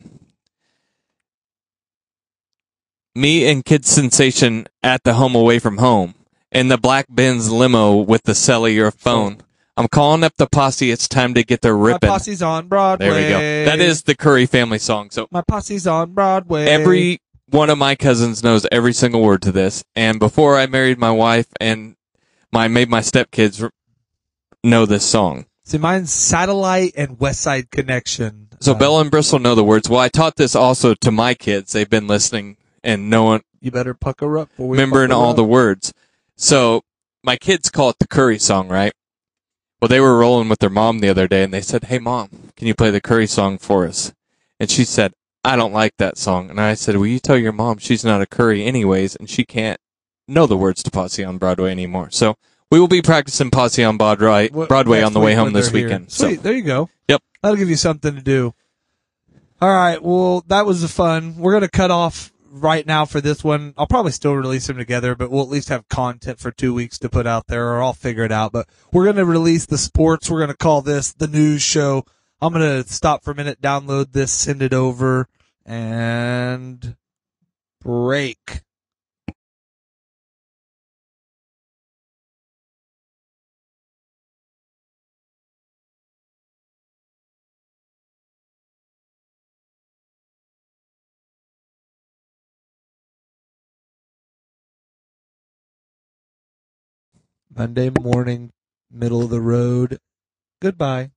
Speaker 8: Me and Kid Sensation at the home away from home in the black Benz limo with the cellular phone. I'm calling up the posse. It's time to get the ripping.
Speaker 7: My posse's on Broadway.
Speaker 8: There we go. That is the Curry family song. So
Speaker 7: my posse's on Broadway.
Speaker 8: every one of my cousins knows every single word to this. And before I married my wife and my made my stepkids r- know this song.
Speaker 7: see, mine's Satellite and West Side Connection.
Speaker 8: So
Speaker 7: Uh,
Speaker 8: Bella and Bristol know the words. Well, I taught this also to my kids. They've been listening and knowing,
Speaker 7: you better pucker up. Or we
Speaker 8: remembering
Speaker 7: pucker
Speaker 8: all
Speaker 7: up.
Speaker 8: the words. So my kids call it the Curry song, right? Well, they were rolling with their mom the other day and they said, Hey mom, can you play the Curry song for us? And she said, I don't like that song. And I said, Will you tell your mom she's not a Curry anyways and she can't know the words to Posse on Broadway anymore. So we will be practicing Posse on Broadway,
Speaker 7: What-
Speaker 8: Broadway
Speaker 7: next
Speaker 8: on the
Speaker 7: week
Speaker 8: way home
Speaker 7: when
Speaker 8: this
Speaker 7: they're here.
Speaker 8: weekend.
Speaker 7: Sweet.
Speaker 8: So
Speaker 7: There you go.
Speaker 8: Yep.
Speaker 7: That'll give you something to do. All right. Well, that was the fun. We're going to cut off right now for this one. I'll probably still release them together, but we'll at least have content for two weeks to put out there or I'll figure it out. But we're going to release the sports. We're going to call this the news show. I'm going to stop for a minute, download this, send it over and break. Monday morning, middle of the road. Goodbye.